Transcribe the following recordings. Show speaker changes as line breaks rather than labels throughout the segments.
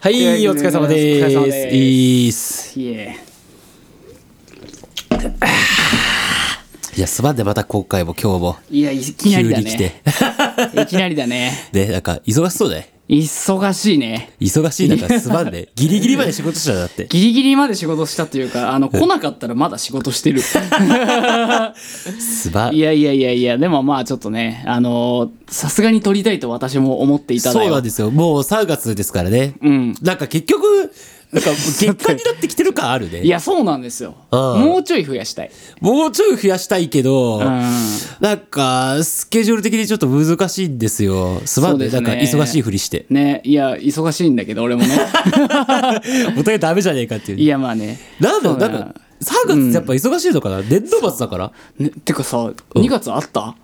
はい、お疲れ様で
お疲れ
ー
様
す。
です
いいっす。
いえ
いや、すまんでまた今回も今日も。
いやいきなりだ
急に来
ねいきなりだね
ね、なんか、忙しそうだね。
忙しいね
忙しい中、すまんで。ギリギリまで仕事したんだって。
ギリギリまで仕事したというかあの来なかったらまだ仕事してる
すまん
い。やいやいやいやでもまあちょっとねあのさすがに撮りたいと私も思っていただ
そう
よ
なんですよ。もう3月ですからね。
ん
なんか結局、なんか月間になってきてる感ある
い
ね。
やそうなんですよ
うん
もうちょい増やしたい
もうちょい増やしたいけど、
ん
なんか、スケジュール的にちょっと難しいんですよ。すまんで、
そう
なん
です
か
ね
忙しいふりして。
ねいや忙しいんだけど俺も ね
お互いダメじゃねえかっていう。
いやまあね
なんだろう、な
そうだなん
か、3月ってやっぱ忙しいのかな、年度末だから。
ねてかさ2月あった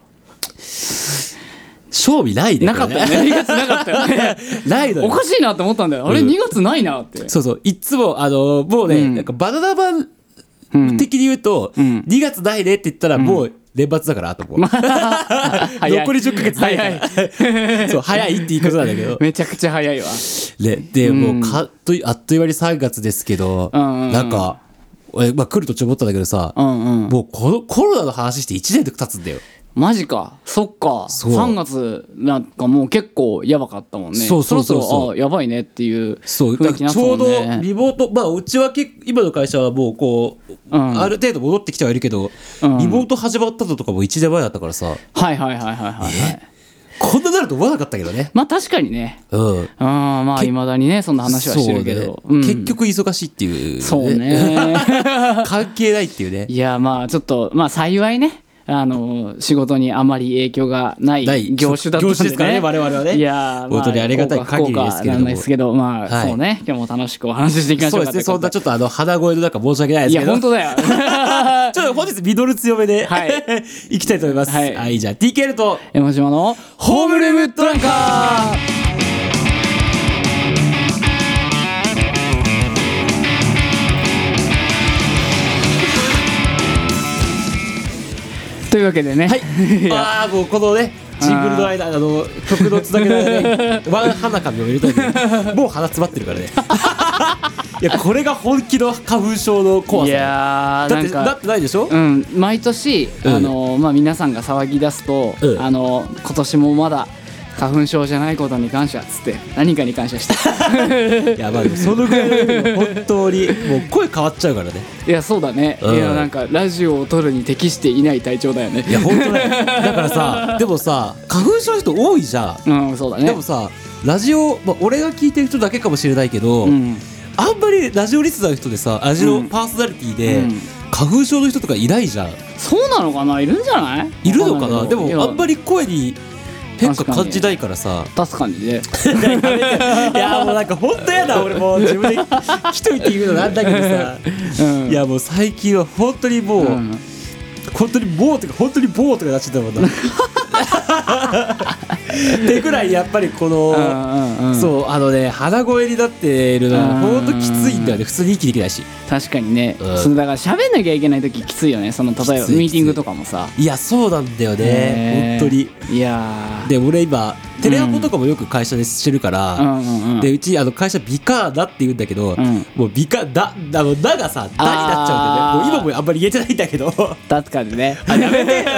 賞味ないね。
なかったよ
これ
ね2月なかったよね
ないの
お
よ。
かしいなと思ったんだよあれ2月ないなって
そうそう。いっつも、あの、もうね、なんかバナナ版的に言うと、2月ないねって言ったら、もう年末だから、あともう。
早い
残り10ヶ月ないか
早い
ら。 そう、早いっていうことなんだけど。
めちゃくちゃ早いわ
ね、で、もうかっとい、あっという間に3月ですけど、
うんうんうん
なんか、俺、まあ、来る途中思ったんだけどさ、
うんうん
もうこのコロナの話して1年経つんだよ。
マジかそっか
そう
3月なんかもう結構やばかったもんね
そうそうそうそう
ろろあやばいねっていう
そう、
雰
だ
囲
か
気に
ら
なっ
ち
てた
ょ
も
うんど
ね
リモート、まあ、うちは結今の会社はもうこう、
うん
ある程度戻ってきてはいるけど、
うん
リモート始まったのとかも1年前だったからさ、
はいはいはいはいはいはい
こんななると思わなかったけどね。
まあ確かにね
うん。
うんまあいまだにねそんな話はしてるけど
そうね
うん
結局忙しいっていう、
そう。ね
関係ないっていうね。
いやまあちょっとまあ幸いねあの仕事にあまり影響がない
ない
業種だったんで、ね、
業種ですからね我々はね
いやーまあ
本当にありがたい限りですけれども
こうか不幸かなんないですけどまあ、
はい
そうね今日も楽しくお話ししていきまし
そ
ょ
うで
うか
すね。そんな
と
ちょっとあの、鼻声の中申し訳ないです
いうことでい
けど。
や本当だ よ
ちょっと本日ミドル強めで、
はい
行きたいと思います。は、
はいい
じゃあ TKL と、
江ノ島の
ホームルームトランカー
と いうわけでね、
はい。ああ、もうこのね、ジングルの間、あの、曲のつなげら れね、ワン花紙を入れたいけどもう鼻詰まってるからね。いや、これが本気の花粉症の怖
い
さだよ。
やー
だっ
な
て、
んか
だってないでしょ
うん、毎年、
うん
あのまあ、皆さんが騒ぎ出すと、
うん
あの今年もまだ花粉症じゃないことに感謝っつって何かに感謝 して
いや、まあ、でもそのぐらいのレベル本当に、もう声変わっちゃうからね。
いやそうだね、
うん
いやなんかラジオを撮るに適していない体調だよね
いや、本当だよ。だからさ、でもさ、花粉症の人多いじゃん。
うんそうだね
でもさ、ラジオ、まあ、俺が聞いてる人だけかもしれないけど、
うん
あんまりラジオリスナーの人でさ、ラジオパーソナリティで、
うん
花粉症の人とかいないじゃん。
そうなのかないるんじゃない
いるのかなで
いや
もあんまり声に変化
確かに
感じないからさ
確かに ね
いやもうなんか本当やだ俺もう自分で来といて言うのなんだけどさ
うん
いやもう最近は本当にもう、
うん
本当にもうとか本当に棒とかなっちゃったもん なってぐらいやっぱりこの、
うんうんうん
そうあのね鼻声になってるのは
う
本
ん
当きついんだよね普通に息できないし
確かにね、
うん
そのだから喋んなきゃいけない時きついよねその例えば
きつい
ミーティングとかもさ
いやそうなんだよ
ね
ね本当に
いやー
で俺今テレアポとかもよく会社でしてるから、
うんうんうん
でうちあの会社美化だって言うんだけど、
うん
もう美化だあのだがさだになっちゃうんだよねもう今もあんまり言えてないんだけど
確かにね
あやめ て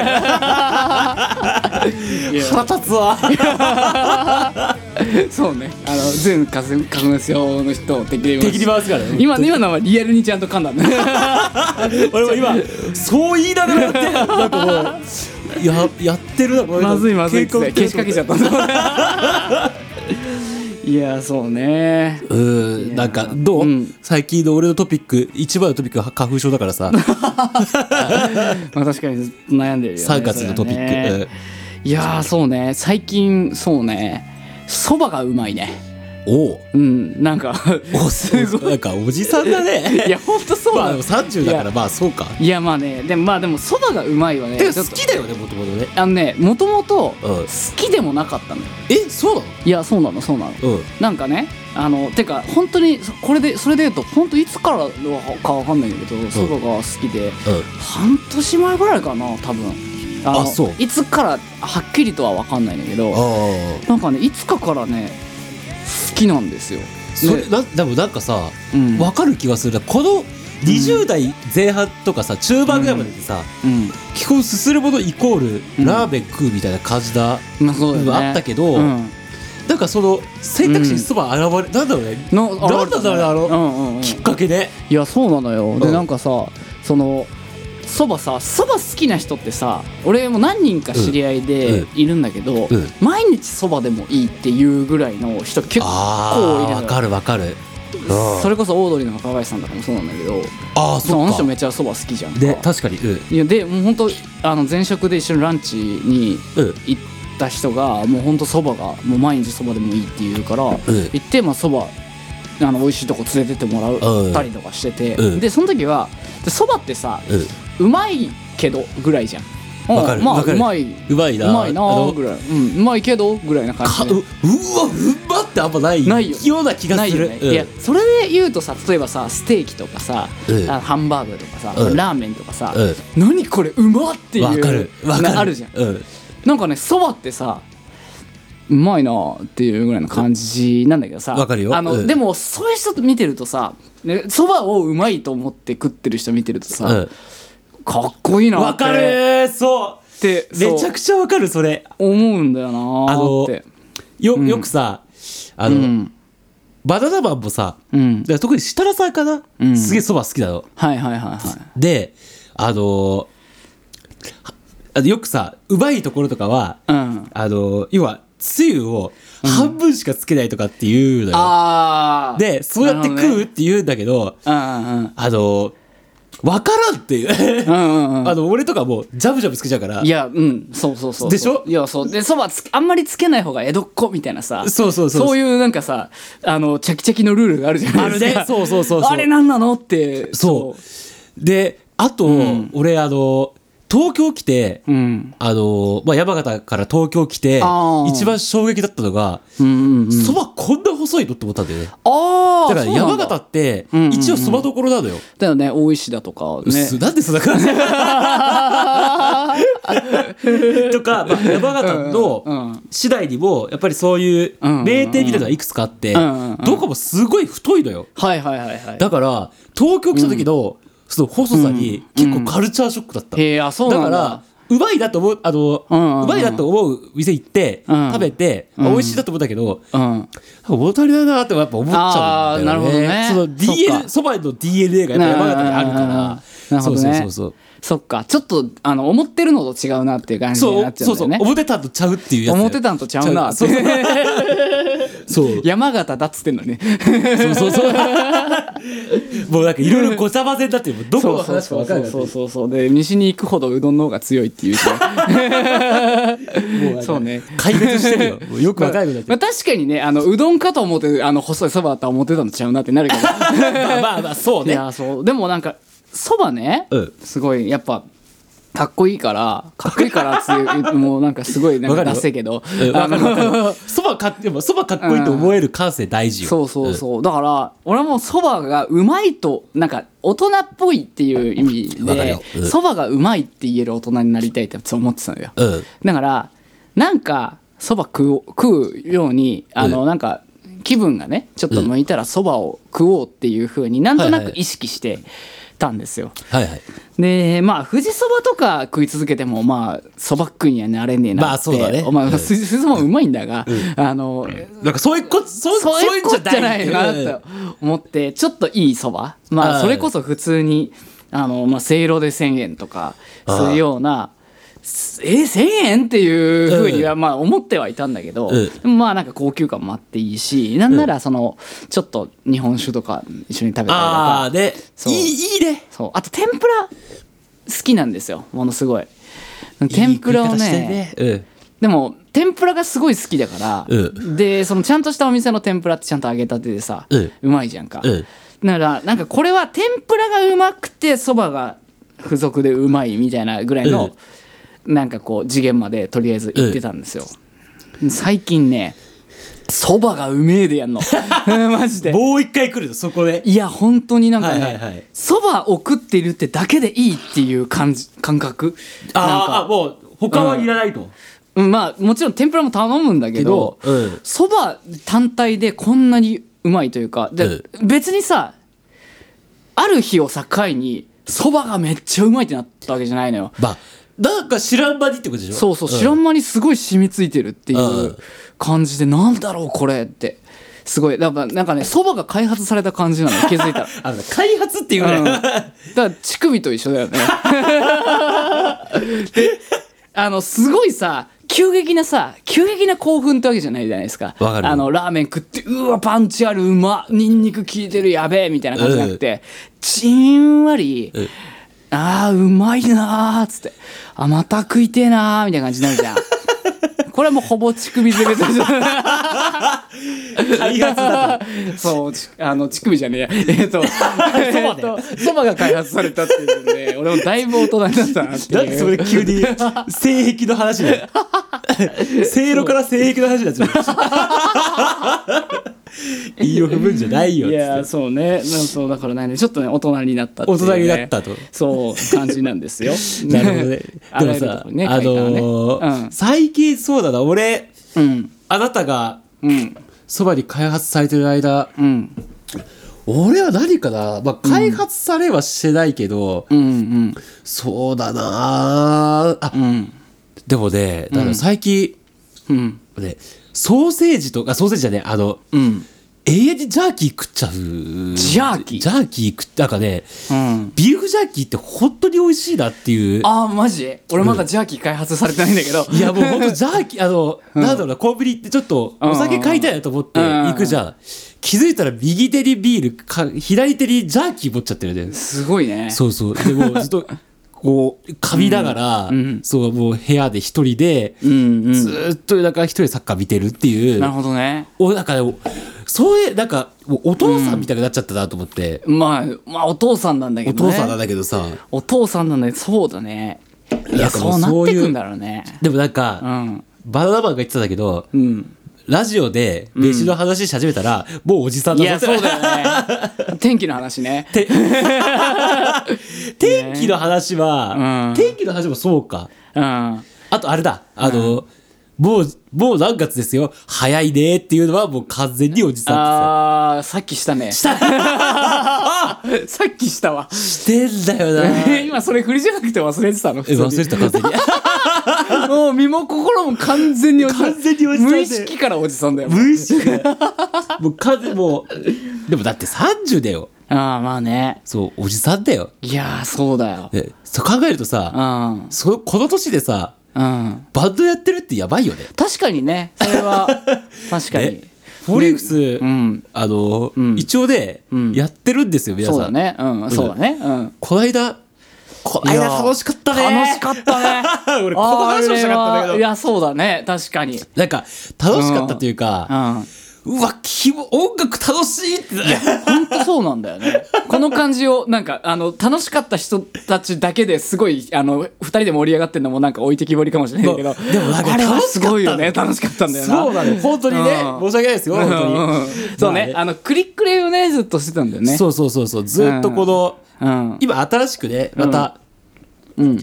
腹立つわ
そうねあの全花粉花粉症の人を敵に
敵に回すからね
今今のはリアルにちゃんと噛 んだね
俺も今そう言いながらやってるなんかもうややってるなこれ
まずいまずいっつって
警告
消しかけちゃったんだ いやそうね
うーんなんかどう、
うん
最近の俺のトピック一番のトピックは花粉症だから さ
まあ確かに悩んでるよね
3月のトピック、
それはねいやーそうね最近そうねそばがうまいね
うんおう
うんなんか
おすごいなんかおじさんだね
いやほんと そう
まあで
なの
も30だから
いや
まあそうか
いやまあねでもまあでもそばがうまいはね
てか
ちょ
好
っと
きだよねもともとね
あのねもともと
うん
好きでもなかったのよ
えそうない
やそうなのそうなの
のうん
なんかねあのてか本当にそこれでそれで言うと本当いつからかわかんないんだけどそばが好きで、半年前ぐらいかな多分の
あそう
いつからはっきりとは分かんないんだけど
あ
なんかねいつかからね好きなんですよ
それなでもなんかさ、
うん
わかる気がするなこの20代前半とかさ中盤ぐらいまでってさ、
うん
基本すするものイコー
う
ル
ん
ラーメン食うみたいな感じだ、
まあそうだよね
あったけど
うん
なんかその選択肢にそば現れ、なんだろうね
の
なんだろうねあの、
うんうんうん
きっかけで、
いやそうなのよ、
う
で
ん
なんかさそのそばさそば好きな人ってさ俺も何人か知り合いで
うん
いるんだけど、
うん
毎日そばでもいいっていうぐらいの人結構
ああ
いるの
わ
よ
かるわかる
それこそオードリーの若林さんとかもそうなんだけど
ああ
そう
そ
あの
っ
人
か
めっちゃそば好きじゃんか
で確かにうん
いやでもう本当あの前職で一緒にランチに
うん
行った人がもう本当そばがもう毎日そばでもいいって言うから、行ってまあそばあの美味しいとこ連れてってもらったりとかしてて、
うん
でその時はでそばってさ
うん
うまいけどぐらいじゃん。
わかる
うんまあ
わかる
うまいう
まいな
うまいな
あ
ー
の
ぐらい、うん、うまいけどぐらいな感
か
じ
う
で
うわうまってあんまない
ないよ
うな気が
な
す
いよ
る
ね、
うん
いやそれで言うとさ例えばさステーキとかさ、
うん
あのハンバーグとかさ、
うん
ラーメンとかさ、
うん
何これうまっていう
わかるわかる
なあるじゃん
うん
なんかねそばってさうまいなーっていうぐらいの感じなんだけどさ
わかるよ
あの、
うん
でもそういう人見てるとさねそばをうまいと思って食ってる人見てるとさ、
うん
かっこいいなー
わ
って
かるーそう
って
めちゃくちゃわかるそれ
そう思うんだよなーって
よよくさあ
う
の、
ん
バナナマンもさ
うん
だから特に設楽さんかな、
うん
すげえそば好きなの
はいはいはいはい
であのーあのよくさうまいところとかは
うん
あのー要はつゆを半分しかつけないとかっていうのよ、
ああ
でそうやって食うって言うんだけど
うんうん
あのーわからんっていう
うんうん う
あの俺とかもうジャブジャブつけちゃうから
んいやうんそうそうそうそう
でしょ
いやそうでそばつけあんまりつけない方が江戸っ子みたいなさ
そうそうそう
そういうなんかさあのチャキチャキのルールがあるじゃないで
あ
すか
るねそうそうそうそう
あれなんなのって
そうであと、
ん
俺あの東京来て、
ううん
あのまあ、山形から東京来て
あー
一番衝撃だったのが
うんうんうん
そば、こんな細いのって思ったんだよね
ああ
だから山形って
うんうんうん
一応そばどころなのよ、
だよね大石だとか
うっ
ね
すなんでそんな感じと か、まあ、山形
う
の
ん
市内にもやっぱりそういう
うんうんうん
名店みたいなのがいくつかあって、
うんうんうん
どこもすごい太いのよ
はいはいはいはい
だから東京来た時のその細さに結構カルチャーショックだった、
へえあそう
だ
な
か
ん
らうまいなと思うあの、う
うんうんうん
まいなと思う店行って、
うん
食べて、あ美味しいなと思ったけど、
らうん
なん、物足りないなってやっぱ思っちゃうんだよね
あーなるほどね
その DL
そっか
そばの DNA がやっぱ山形にあるから
なるほど
そ
ね
うそうそう
そっかちょっとあの思ってるのと違うなっていう感じ
そう
に
そ
な
う
っちゃ
そ
うん
う
だ
そう
よね
表たんとちゃうっていうやつ
表たんとちゃうなって
そうそうそう
山形だっつってんのに
そうそうそうもうなんかいろいろごちゃ混ぜになってもうどこの話か分かんない
そうそうそうで西に行くほどうどんの方が強いっていうじゃんそうね
壊滅して るよもうよく分かんなくなって
まあ、確かにねあのうどんかと思ってあの細いそばだとは思ってたのちゃうなってなるけ ど
まあまあまあそう
い
ね
やそうでもなんかそばね、
うん
すごいやっぱかっこいいからかっこいいからっていうもうなんかすごいなん
わか
か
る
ダ
よ
セえけど
うんわかるわか
あの
るそばかっでもそばかっこいいと思える感性大事よ
そうそうそう、だから俺もそばがうまいとなんか大人っぽいっていう意
わかる
味
ようん
でそば、蕎麦がうまいって言える大人になりたいって思ってたのよ、
うん
だからなんかそば食おう食うようにあの、
う
なんか気分がねちょっと向いたらそばを食おうっていうふうになんとな
はいは
く
い
意識してたんですよ、
はいはい
でまあ富士そばとか食い続けてもまあそば食いにはなれねえなって
まあそうだね
お前
うん
富士そばうまいんだが、あの
なんかそういうこそう
そういうこっじゃないな
うん
と思ってちょっといいそばま
う
あ
ん
それこそ普通にあのまあせいろで1,000円とかするようなすえ1,000円っていうふうにはまあ思ってはいたんだけど、
うん
でもまあなんか高級感もあっていいしなんならそのちょっと日本酒とか一緒に食べたりと
ああ
か
ねい
そう
いいいね
そうあと天ぷら好きなんですよものすごい。天ぷらを
いい
ね
食い方してるね
でも天ぷらがすごい好きだから、
う
でそのちゃんとしたお店の天ぷらってちゃんと揚げたてでさ、
うん
まいじゃんか、
うん
だからなんかこれは天ぷらがうまくてそばが付属でうまいみたいなぐらいの、なんかこう次元までとりあえず行ってたんですよ、最近ねそばがうめえで やんのマジ
うん
で
もう一回来るのそこで
いや本当になんか
はいはいはい
ねそば、を食ってるってだけでいいっていう感じ感覚なんか
あーあもう他はいらないと
うんまあもちろん天ぷらも頼むんだけど
けどうん
そば、蕎麦単体でこんなにうまいというかで、
う
別にさある日を境にそばがめっちゃうまいってなったわけじゃないのよ
まあなんか知らん間にってことでしょ
そうそう、
ん
知らん間にすごい染みついてるってい
あ
う感じで、なんだろうこれってすごいなんかなんかねそばが開発された感じなの気づいた ら
あのね開発っていう
うん、だ
ね
から乳首と一緒だ よねであのすごいさ急激なさ急激な興奮ってわけじゃないじゃないですか
わかる
あのラーメン食ってうわパンチあるうまニンニク効いてるやべえみたいな感じじゃなくて、じんわり、
ん
あーうまいなーっつってあまた食いてえなーみたいな感じになるじゃん これはもうほぼ乳首攻めです
開発だと
そう、ちあの、乳首じゃねえや。 えっと、えっと、そばが開発されたっていうんで、 俺もだいぶ大人になったなって いう。
なんでそれ急に性癖の話 だよ性路から性癖の話になっちゃ う言いを踏むんじゃないよ
い
っつ
や、
って
そうね。なんそう、だからね、ちょっとね、大人になったっていうね、
大人になったと。
そう、感じなんですよ
なるほどね
あ
で
ら
も
ゆると
さ
こにね、
あの
書いたらね
ー最近そうだな俺
うん。
あなたが
うん。
そばに開発されてる間
うん。
俺は何かな、まあ、開発されはしてないけど、
うん。うん。
そうだなあ、
うん。
でもねだから最近、
うん。
ねソーセージとかソーセージじゃねえあの
うん。
永遠にジャーキー食っちゃう
ジャーキー
ジャーキー食っなんかね
うん。
ビーフジャーキーって本当に美味しいなっていう
あー、マジ俺まだジャーキー開発されてないんだけど。
いやもう本当ジャーキーあの、なんだろうなコンビニってちょっとお酒買いたいなと思って
うんうんうん
行くじゃん気づいたら右手にビールか左手にジャーキー持っちゃってるね
すごいね。
そうそう。でもう ずっと、こう、噛みながら、そう、もう部屋で一人で、
うん。うん。
ずーっとなんか一人でサッカー見てるっていう。
なるほどね。
おなんかね、そういう、なんか、もうお父さんみたいになっちゃったなと思って。
まあ、まあ、お父さんなんだけ
お
どね。
父さんなんだけどさ。
お父さんなんだねそうだねい
なん
や
かも
そううな
そ
っ
う
て
いう
くんだろうね
でもなん
う
か、
ん
バナナマンが言ってたんだけど、
うん
ラジオで飯の話し始めたら、もうおじさん
い
だ
や
ぞ
そうだよね天気の話ね
天気の話は、
うん
天気の話もそうか。
うん
あとあれだ、あの、もう、もう何月ですよ。早いねっていうのはもう完全におじさんですよ。
あーさっきしたねした さっきしたわ
してんだ よな。
今それ振りじゃなくて忘れてたの
え、
普通に
忘れてた完全に。
もう身も心も完全におじさん
完全におじさんだ
無
よ
意識からおじさんだよ
無意識で。 もう完全もう、でもだって30だよ。
ああまあね
そう、おじさんだよ。
いやーそうだよ
ね、そう考えると
う
さ、
ん
そこの年でさ、
うん
バンドやってるってやばいよね。
確かにねそれは確かに
ねフォーリーフス、
うん
あの、
ん
一応で、
ん
やってるんですよ、皆さん。
そうだねうんそうだねうん
こないだ、こないい
や
だ楽しかったね。
楽しかったね
俺この話もしたかったんだけ
あれ
ど
はいやそうだね確かに
なんか、楽しかったという
う
か、
ん
うわ、きも音楽楽しいって。
本当そうなんだよ ねこの感じをなんかあの楽しかった人たちだけですごいあの二人で盛り上がってるのもなんか置いてきぼりかもしれないけ ど
そうでもなんか
あれは
楽しかった
すごいよね楽しかったんだよな
そうなのよ本当にね、
う
申
ん
し訳ないですよ、本当に。
うんそうね
まあ
あのクリックレヨネーズとしてたんだよね
そうそうそうそう、ずっとこの、
うん
今新しくね、また、
うん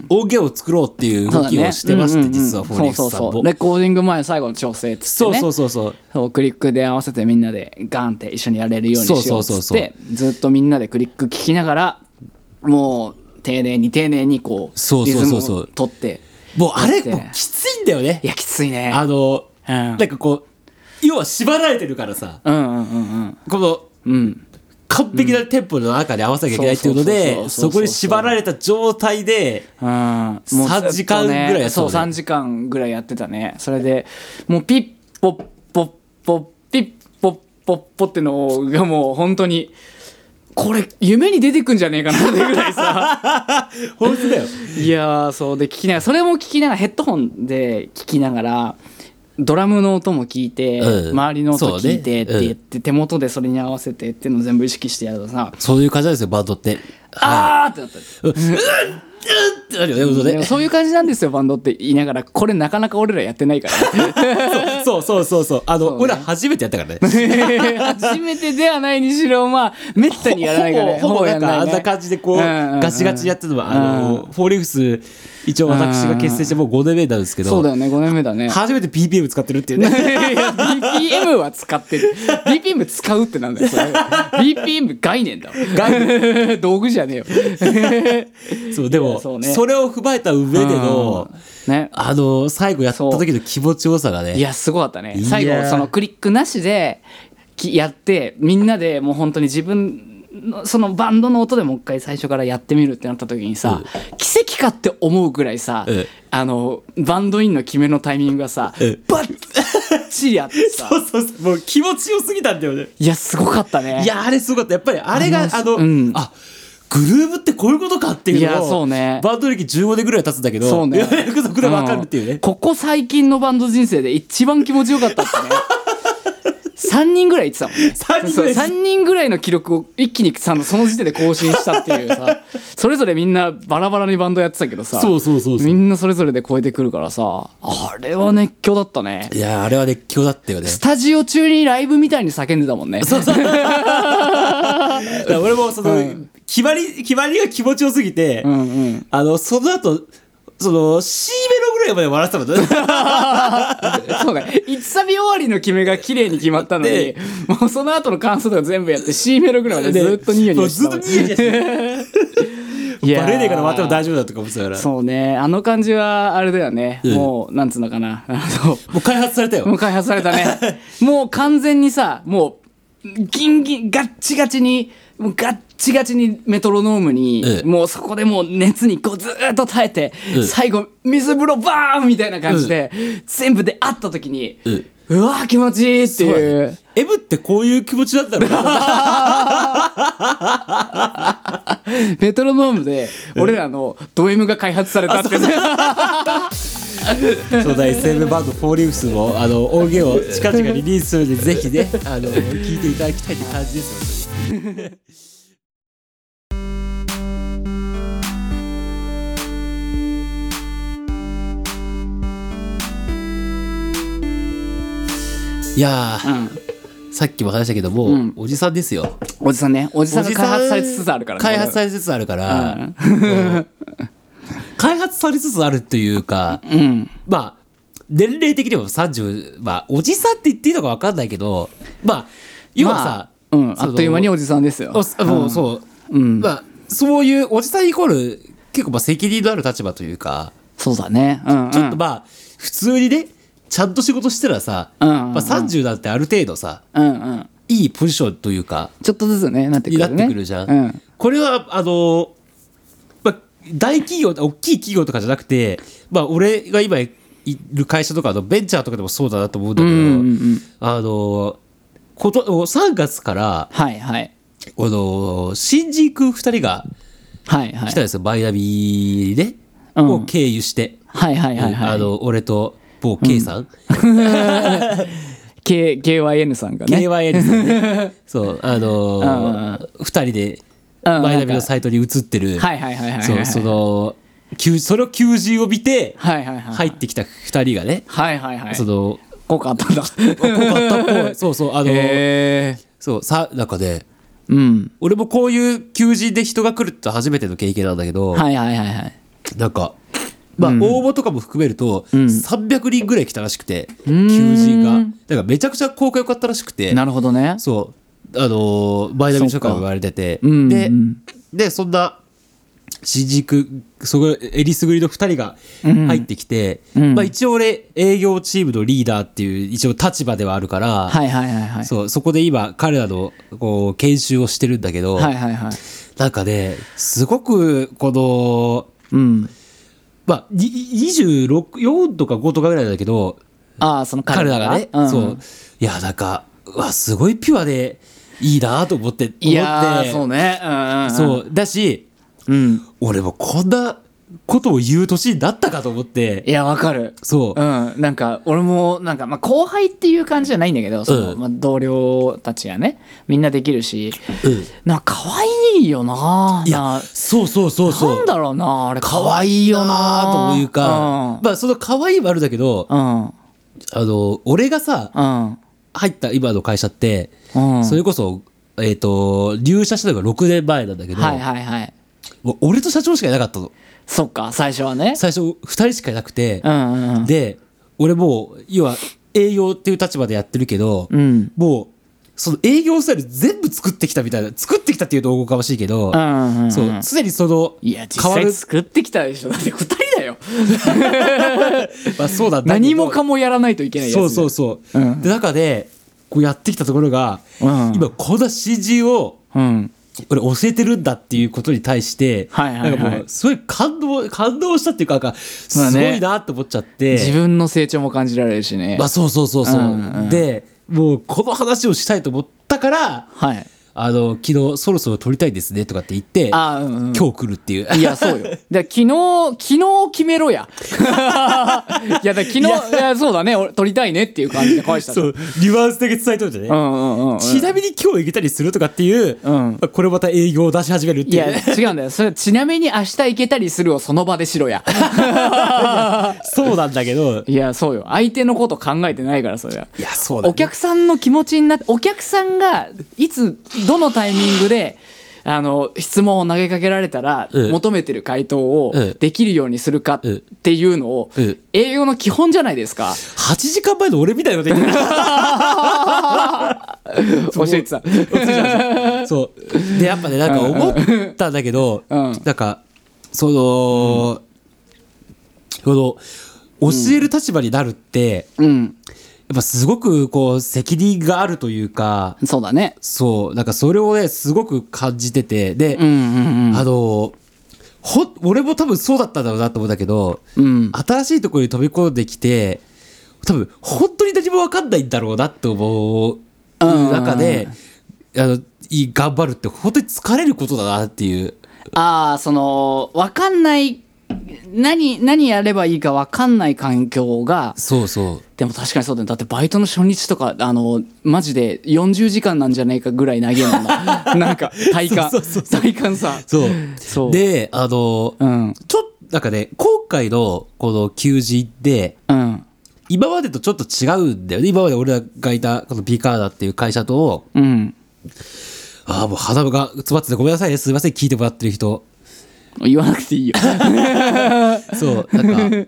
音源を作ろうっていう
そう
動
だ
き
ね
をしてまして、
うんうんうん
実はフォーリック
そう
ス
そ
さ
うん
も。
そうレコーディング前最後の調整っつって
そう
ね
そうそうそう。
そうクリックで合わせてみんなでガンって一緒にやれるようにしようっ
そうそうそう
つっ
そう
てずっとみんなでクリック聞きながらもう丁寧に丁寧にこ
そう
うリ
そう
ズム
そうそう
を取って
もうあれ、
だって
もうきついんだよね
い。やきついね
あの、
うん
なんかこう、要は縛られてるからさ、
うんうんうん
この、
うんうん
完璧なテンポの中で合わせなきゃいけないっていうの
う
で、
んそうそうそうそ
そうこに縛られた状態 で、
あーもうずっと
3
ね
時間ぐらいやってたもんね
そう3時間ぐらいやってたねそれでもうピッポッポッポッピッポッポッポってのがもう本当にこれ夢に出てくんじゃねえかなってぐらいさ
本当だよ。
いやーそうで聞きながらそれも聞きながらヘッドホンで聞きながらドラムの音も聞いて、
うん
周りの音聞いてっ
そうねう
て
ん
言って、手元でそれに合わせてっていうのを全部意識してやるとさ、
そういう感じなんですよ、バンドって。
あーってなった
うんうんうんっってなるよね、嘘
でも
ね。
そういう感じなんですよバンドって言いながらこれなかなか俺らやってないからね
そうそうそうそう。あの、
ね
俺ら初めてやったから ね。
初めてではないにしろまあめったにやらないからね
ほぼ、ほぼな
や
んか、あんな感じでこう、
うんうんうん
ガチガチやってたのは、あの、フォーリーフス、一応私が結成してもう5年目なんですけ
そうだ
ど、
よね5年目だねい
初めて PPM 使ってるっていう ね。
や BPM は使ってる BPM 使うってなんだよそれ BPM 概念だ概念 道具じゃ ねえよ
そう、でも、
そ
そう
ね
れを踏まえた上での、
ね
あの、最後やった時の気持ちよさが
い
ね。
やすごかったね
いや
最後そのクリックなしできやってみんなでもう本当に自分のそのバンドの音でもう一回最初からやってみるってなった時にさ、奇跡かって思うぐらいさ、
うん
あのバンドインの決めのタイミングがさ、
うん
バッチリあって さ
そうそうそう。もう気持ちよすぎたんだよね。
いやすごかったね
いや、あれすごかった。やっぱり、あれが、あの、
うん
あ、グルーブってこういうことかっていうのを
いやそうね
バンド歴15年ぐらい経つんだけど、
そうね
ようやくそこで分かるっていうね。
んここ最近のバンド人生で一番気持ちよかったってね 3人ぐらい言ってたもん
3
ね
人ぐ
そう
らい
3人ぐらいの記録を一気にそのその時点で更新したっていうさそれぞれみんなバラバラにバンドやってたけどさ
そうそうそうそう
みんなそれぞれで超えてくるからさあれは熱狂だったね
いや、あれは熱狂だ ったよね。
スタジオ中にライブみたいに叫んでたもんねそうそう
だから俺もその、決まり、決まりが気持ちよすぎて、
んうん
あの、その後、その、C メロぐらいまで笑ってたもんね。
そうね1サビ終わりの決めが綺麗に決まったのに
で
もうその後の感想とか全部やって C メロぐらいまでずっとニヤニヤしてた
も
もん
うずっとニヤニヤして
い
て。
やー
バレねえから笑っても大丈夫だとか思ってたから。
そうねあの感じはあれだよね、
うん
もうなんつうのかなあの
もう開発されたよ。
もう開発されたね もう完全にさもうギンギンガッチガチにもうガッチガチにメトロノームに、
ええ
もうそこでもう熱にこうずーっと耐えて、
うん
最後水風呂バーンみたいな感じで、全部で会った時に、
う
うんわー気持ちいいっていう
M ってこういう気持ちだったのか な
メトロノームで俺らのド M が開発されたって ね
そうだ SM バンドフォーリーフスもあの音源を近々リリースするのでぜひ ねあの聞いていただきたいって感じですよね。いや
う
ー
ん
さっきも話したけども、
うん
おじさんですよ。
おじさんねおじさん
お
が
じ
開発されつつあるからね
開発されつつあるから、
うん
うん開発されつつあるっていうか、
うん
まあ、年齢的にも30、まあ、おじさんって言っていいのか分かんないけど、まあ、要はさ、
まあうん、あっという間に
お
おじさんですよ
もうそう、まあ、そういうおじさんイコール、結構まあ責任のある立場というか、
そうだね。うん、うん。
ちょっとまあ、普通にね、ちゃんと仕事してたらさ、
うんうんうん
まあ、30なんてある程度さ、
うんうん。
いいポジションというか、
ちょっとずつね、なってく
に
る、ね。
なってくるじゃん。
うん。
これはあの、まあ、大企業大きい企業とかじゃなくて、まあ、俺が今いる会社とかのベンチャーとかでもそうだなと思うんだけど、
うんうんうん
あのこと3月からあ
はいはい。
の新人君2人が
はいは
来
い
たん。ですよ、マイナビで、ね
うん
を経由して、
はいはいはいはい。
あの俺と某 K さん、
K、KYN さんがね。
KYN ですよ ねそうあの
うんうん
2人で
うんうん
マイナビのサイトに移ってる、
はいはいはいはい。
そうそ。の求その求人を見て
はいはいはい。
入ってきた2人がね、
はいはいはい。
その
効果あったんだ。
濃かったっぽ いそうそうあの、
へえ。
そうさなんかね
うん。
俺もこういう求人で人が来るって初めての経験なんだけど、
はいはいはいはい。
なんか、まあ、応募とかも含めると、300人ぐらい来たらしくて、
ん
求人がだからめちゃくちゃ効果良かったらしくて
なるほどね。
そうあのマイナビの書から言われてて、
うんうん
ででそんな新宿そこえりすぐりの2人が入ってきて、
うん
まあ、一応俺営業チームのリーダーっていう一応立場ではあるから、
はいはいはいはい。
そうそこで今彼らのこう研修をしてるんだけど、
はいはいはい。
なんかねすごくこの、
うん。
まあ、264とか5とかぐらいなんだけど
ああ、その
彼
彼
ら
ら
がね、
うん
そういやなんかうわすごいピュアでいいなと思って思って
いやー、そうね。うんうんうん。
そうだし
うん。
俺もこんなことを言う年だったかと思って
いやわかる
そうう、
ん、なんか俺もなんか、まあ、後輩っていう感じじゃないんだけどその、
うん
まあ、同僚たちがねみんなできるし
うん、
なんか可愛いよない
や
な
そうそうそうそう
なんだろうなあれ
可
可愛
愛
い
い
よ
よ
な
なというか、まあその可愛いはあるんだけど、
うんうん
あの俺がさ
うん
入った今の会社って、
うん
それこそえっ、と入社したのが6年前なんだけど、
はいはいはい
もう俺と社長しかいなかったの
そっか最初はね
最初2人しかいなくて
う、んうんうん
で俺もう要は営業っていう立場でやってるけど、
うん
もうその営業スタイル全部作ってきたみたいな作ってきたっていうとおこがましいけど、
うんうんうん
そう常にその
いや実
変わる
際作ってきたでしょだって2人だよ
まあそう なんだけど
何もかもやらないといけないやつ
そうそう
そ
そう、
うん
で中でこうやってきたところが、
うん
今こんな CG を
ううん
俺教えてるんだっていうことに対して、
はいはいはい
なんかもうすごい感動感動したっていうかなんかす
まあね
ごいなって思っちゃって、
自分の成長も感じられるしね
まあそうそうそうそう、
うんうん
でもうこの話をしたいと思ったから
はい
あの昨日そろそろ撮りたいですねとかって言って今
あうんうん
日来るっていう
いや、そう よ。だから昨日、昨日決めろや。 いや、だから昨日、いや、そうだね、俺撮りたいねっていう感じで返した。
そうニュアンスだけ伝えといてね、
うんうんうんうん。
ちなみに今日行けたりするとかっていう、
うん
まあこれまた営業を出し始めるって
い
いう
や、 違うんだよ。それ、ちなみに明日行けたりするをその場でしろや。
そうなんだけど
いや、そうよ。相手のこと考えてないから、それは。
いやそうだ、ね、
お客さんの気持ちになって、お客さんが、いつ、どのタイミングで、 あの、質問を投げかけられたら、
うん
求めてる回答を
うん
できるようにするかっていうのを
うん、
営業の基本じゃないですか。
8時間前の俺みたいなこと言ってる
教えてた。
そうでやっぱねなんか思ったんだけど、
うん
なんかその、この教える立場になるって、
うん。
やっぱすごくこう責任があるというか
そうだね。
そうなんかそれをねすごく感じててで、
うんうん
あのほん俺も多分そうだったんだろうなと思うんだけど、
うん。うん。
新しいところに飛び込んできて多分本当に何も分かんないんだろうなって思う中であのいい頑張るって本当に疲れることだなっていう
ああ、その、わかんない、何、何やればいいかわかんない環境が、
そうそう
でも確かにそうだよ。だってバイトの初日とか、あの、マジで40時間なんじゃないかぐらい長い もんな。なんか、体感
そうそうそう、
体感さ。
そう
そう。、
であの、
うん。
ちょっとなんかね今回のこの求人で
うん。
今までとちょっと違うんだよね今まで俺らがいたこのビカーダっていう会社と
うん。
ああもう鼻が詰まっててごめんなさいねすいません聞いてもらってる人
言わなく ていいよ。
そう、なん か、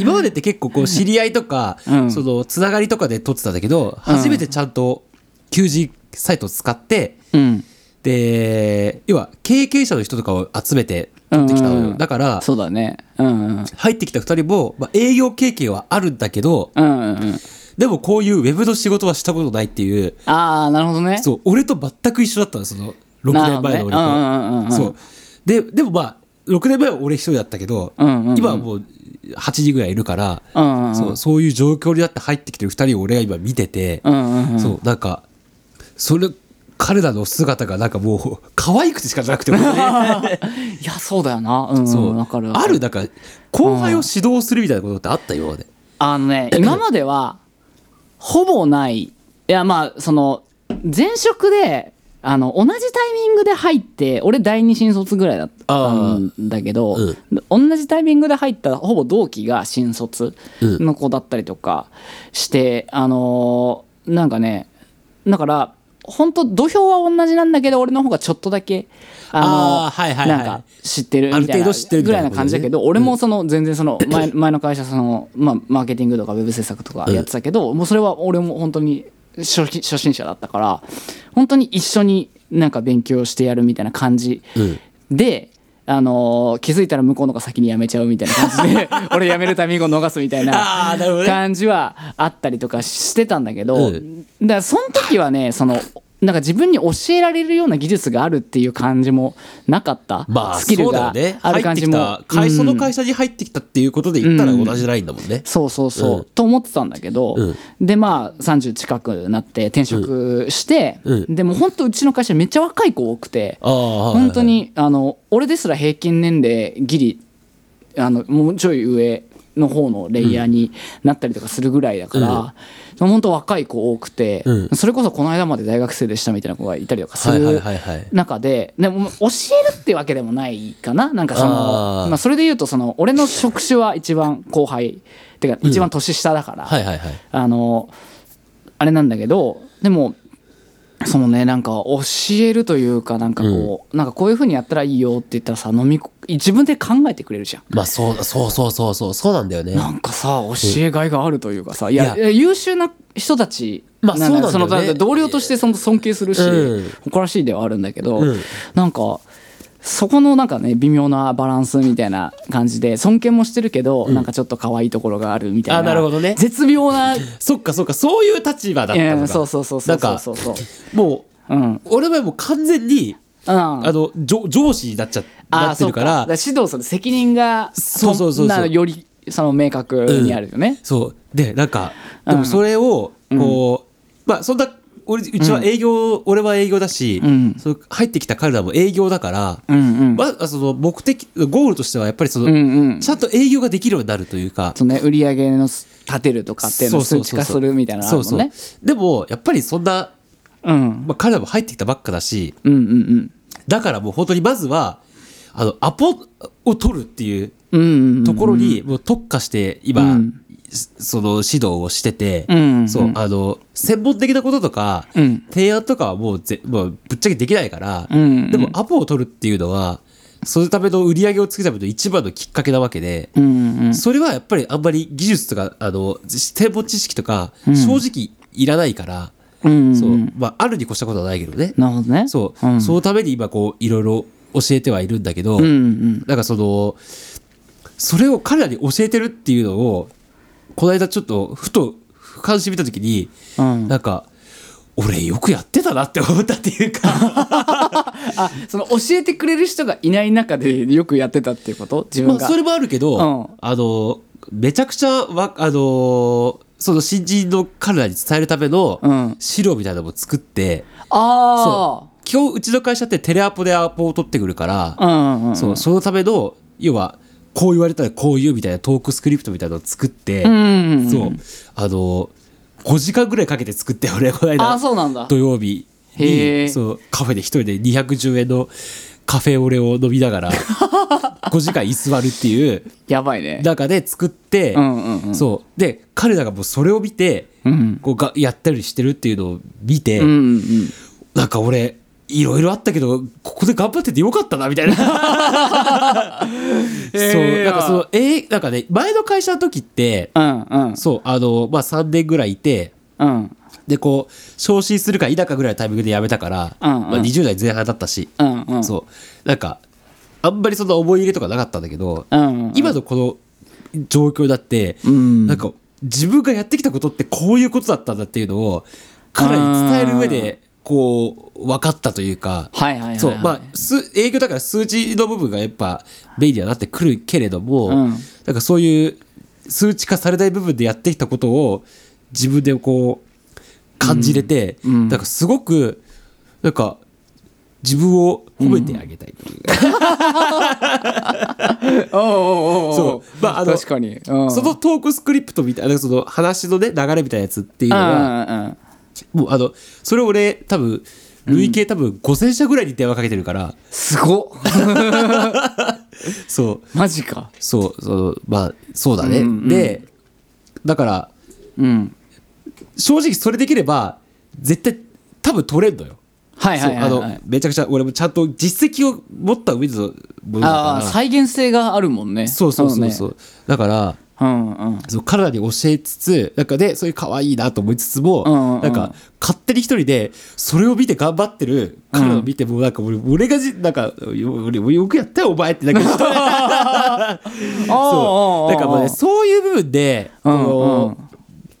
今までって結構こう知り合いとか、
うん
そのつながりとかで撮ってたんだけど、初めてちゃんと求人サイトを使って、
うん。
で、要は経験者の人とかを集めて撮ってきたのよ。
うんうんうん
だから、
そうだね。うんうん。
入ってきた二人も、まあ、営業経験はあるんだけど、
うんうんうん。
でもこういうウェブの仕事はしたことないっていう、
ああ、なるほどね。
そう、俺と全く一緒だったの、その、6年前の俺と。
なるほどねうんうんうんうん
そう。で、でもまあ、6年前は俺一人だったけど、
うんうんうん
今はもう8時ぐらいいるから、
うんうんうん。
そうそういう状況になって入ってきてる2人を俺が今見てて、
うんうんうん。
そうなんかそれ彼らの姿がなんかもう可愛くてしかなくてもね
いや、そうだよな。うん、
そう
うん、わかるわか
あるだから後輩を指導するみたいなことってあったよまで、
あの ね、今までは、ほぼない。いや、まあ、その、前職で、あの、同じタイミングで入って、俺第二新卒ぐらいだったんだけど、同じタイミングで入ったほぼ同期が新卒の子だったりとかして、あのーなんかね、だから、本当土俵は同じなんだけど、俺の方がちょっとだけ、あのー
あーはいはいはい
なんか知ってるみた
ある
い
程
な
度知ってるみた
ぐ
い
らい
な
な感じだけど、
ことね
俺もその全然 その前前の会社その、まあ、マーケティングとかウェブ制作とかやってたけど、もうそれは俺も本当に初期初心者だったから本当に一緒になんか勉強してやるみたいな感じ
うん
で、あのー気づいたら向こうのが先に辞めちゃうみたいな感 じで俺辞めるタイミングを逃すみたい
あ
な
ーなるほどね
感じはあったりとかしてたんだけど、
う
だからその時はねそのなんか自分に教えられるような技術があるっていう感じもなかった、
まあ
スキルが
そうだよね
ある感じも
入ってきた会その
うん
会社に入ってきたっていうことで言ったら同じラインだもんね、
そうそうそう、
うん
と思ってたんだけど、
うん
でまあ30近くなって転職して、
うんう
でも本当うちの会社めっちゃ若い子多くて、
ああはいはい
本当にあの俺ですら平均年齢ギリあのもうちょい上の方のレイヤーになったりとかするぐらいだから、本当若い子多くて、
うん
それこそこの間まで大学生でしたみたいな子がいたりとかす
はいはい
る
はいはい
中ででも教えるってわけでもないかななんかその
あー
まあ、それで言うとその俺の職種は一番後輩っていうか一番年下だから、
はいはいはい
あのあれなんだけどでもそのねなんか教えるというかなんかこう、なんかこういうふうにやったらいいよって言ったらさ飲みこ自分で考えてくれるじゃん。
まあそうそうそうそうそうそうなんだよね
なんかさ教えがいがあるというかさ、いや
い
優秀な人たち、
まあ
なんか
そうなんだよね
その同僚としてその尊敬するし、
うん
誇らしいではあるんだけど、
うん
なんかそこのなんかね微妙なバランスみたいな感じで尊敬もしてるけど、なんかちょっと可愛いところがあるみたいな
あなるほどね
絶妙な
そっかそっかそういう立場だっ
い
たの
や
か
そうそうそうそ
な
うんそう
か
そうそう
もう
うん
俺はもう完全に
あ
あの上上司になっちゃなってるから
指導する責任が
そうそうそうそう
なよりその明確にあるよね、
そうでなんか
うん
でもそれをこう、まあそんな俺うちは営業、俺は営業だし、
うん
その入ってきた彼らも営業だから、
うん、うんうん
まあその目的ゴールとしてはやっぱりその、
うんうん
ちゃんと営業ができるようになるというか。
そのね売り上げのす立てるとかっていうのを数値化するみたいなのあるもんね
そうそうでもやっぱりそんな、
うん
まあ、彼らも入ってきたばっかだし
うんうん
だからもう本当にまずはあのアポを取るっていう
うんうんうん
ところにもう特化して今、
うん
その指導をしてて、
うんうんうん
そうあの専門的なこととか、
うん
提案とかはもうぜもうぶっちゃけできないから、
うんうん
でもアポを取るっていうのはそのための売り上げをつけるための一番のきっかけなわけで、
うんうん
それはやっぱりあんまり技術とかあの専門知識とか正直いらないから、
うんうん
そううんまあ、あるに越したことはないけどね、
なるほどね
そう、
ん
そのために今こういろいろ教えてはいるんだけど、
うんうん
なんかそのそれを彼らに教えてるっていうのをこの間ちょっとふと俯瞰してみた時に
うん
なんか俺よくやってたなって思ったっていう か
あその教えてくれる人がいない中でよくやってたっていうこと自
ま
分
あ
が、
それもあるけど、
うん
あのめちゃくちゃわあのその新人の彼らに伝えるため
うん
の資料みたいなのも作って、
あ
そう今日うちの会社ってテレアポでアポを取ってくるから
あ、うんうんうん
そうそのための要はこう言われたらこう言うみたいなトークスクリプトみたいなのを作って、
うんうんうん
そうあの5時間ぐらいかけて作って俺この
ああ
間
そうなんだ
土曜日
へー
にそうカフェで一人で210円のカフェオレを飲みながら 5時間居座るっていう
やばいね
中で作って、
うんうんうん
そうで彼らがもうそれを見て
うん
こうがやったりしてるっていうのを見て、
うんうんうん
なんか俺いろいろあったけどここで頑張っててよかったなみたいな そうなんかそのえーなんかね前の会社の時って
うんうん
そうあのまあ3年ぐらいいて
うん
でこう昇進するか否かぐらいのタイミングで辞めたから、
うんうん
まあ、20代前半だったし、
うんうん
そうなんかあんまりそんな思い入れとかなかったんだけど、
うんうん
今のこの状況だって、
ん
なんか自分がやってきたことってこういうことだったんだっていうのを彼に伝える上でこう分かったというか。
はいはいはいはい
そうまあ、す営業だから数字の部分がやっぱ便利にはなってくるけれども、
うん
なんかそういう数値化されない部分でやってきたことを自分でこう感じれて、なんかすごくなんか自分を褒めてあげたいというか、
おうおうおうおう
そうまああの
確かに、うん、
そのトークスクリプトみたいなその話のね流れみたいなやつっていう
う
の
んう
は、
んうん
もうあのそれ俺多分累計多分5,000社ぐらいに電話かけてるから、
すごっ
そう
マジか
そうそうまあそうだね、でだから
うん
正直それできれば絶対多分取れんのよ、
はいはいはい、
そう
は
あの
い、
めちゃくちゃ俺もちゃんと実績を持った上でのものだ
あ
か
あ
ら
再現性があるもんね
そうそうそうそううだから
うんうん
そう彼らに教えつつなんかねそういう可愛いなと思いつつも、
うんうんうん
なんか勝手に一人でそれを見て頑張ってる彼らを見てもうなんか俺,、俺がじなんかよ俺よくやったよお前ってなんか人 そうだからもうねそういう部分で、
うんうん
この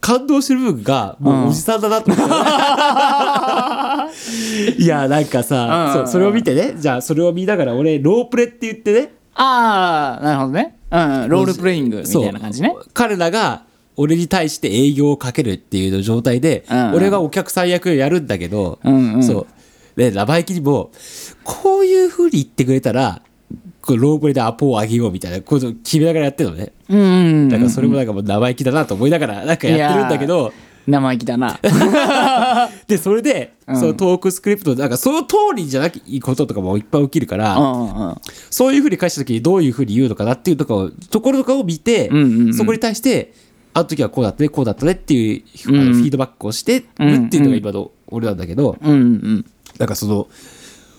感動してる部分がもうおじさんだなと 思って、いやなんか
うん
さ、
うんうん
そうそれを見てねじゃあそれを見ながら俺ロープレって言ってね
ああなるほどねうんうんロールプレイングみたいな感じね
そう彼らが俺に対して営業をかけるっていう状態で、
うんうん
俺がお客さん役をやるんだけど、
うんうん
そうで生意気にもこういうふうに言ってくれたらこうロープレでアポを上げようみたいなことを決めながらやってるのね。
うんうんうん
だからそれもなんかもう生意気だなと思いながらなんかやってるんだけど、
生意気 だな
でそれで
ん
そのトークスクリプトなんかその通りじゃないこととかもいっぱい起きるから、
うんうん
そういうふうに返した時にどういうふうに言うのかなっていうとかをところとかを見て、
うんうんうん
そこに対してあの時はこうだったねこうだったねっていうあの
うんうん
フィードバックをしてるっていうのが今の俺なんだけど、
うんうん
なんかその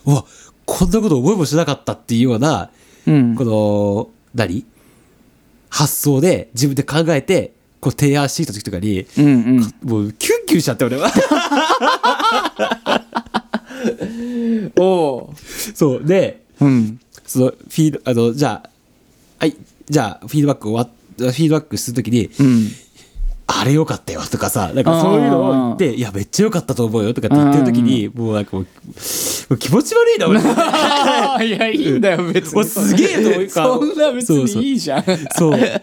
うわこんなこと思いもしなかったっていうような
うん
この何発想で自分で考えてこう提案していた時とかに
うんうん
もうキュンキュンしちゃって俺は
お
そうで
うん
そのフィードあのじゃあはいじゃあフィードバック終わっフィードバックするときに、
うん
あれよかったよとかさ、なんかそういうのを言って、いや、めっちゃよかったと思うよとかって言ってるときに、もうなんかもう、もう気持ち悪い な、俺。
いやいいんだよ別
もう
に
すげえと思うか
そんな別にいいじゃん
そう。で、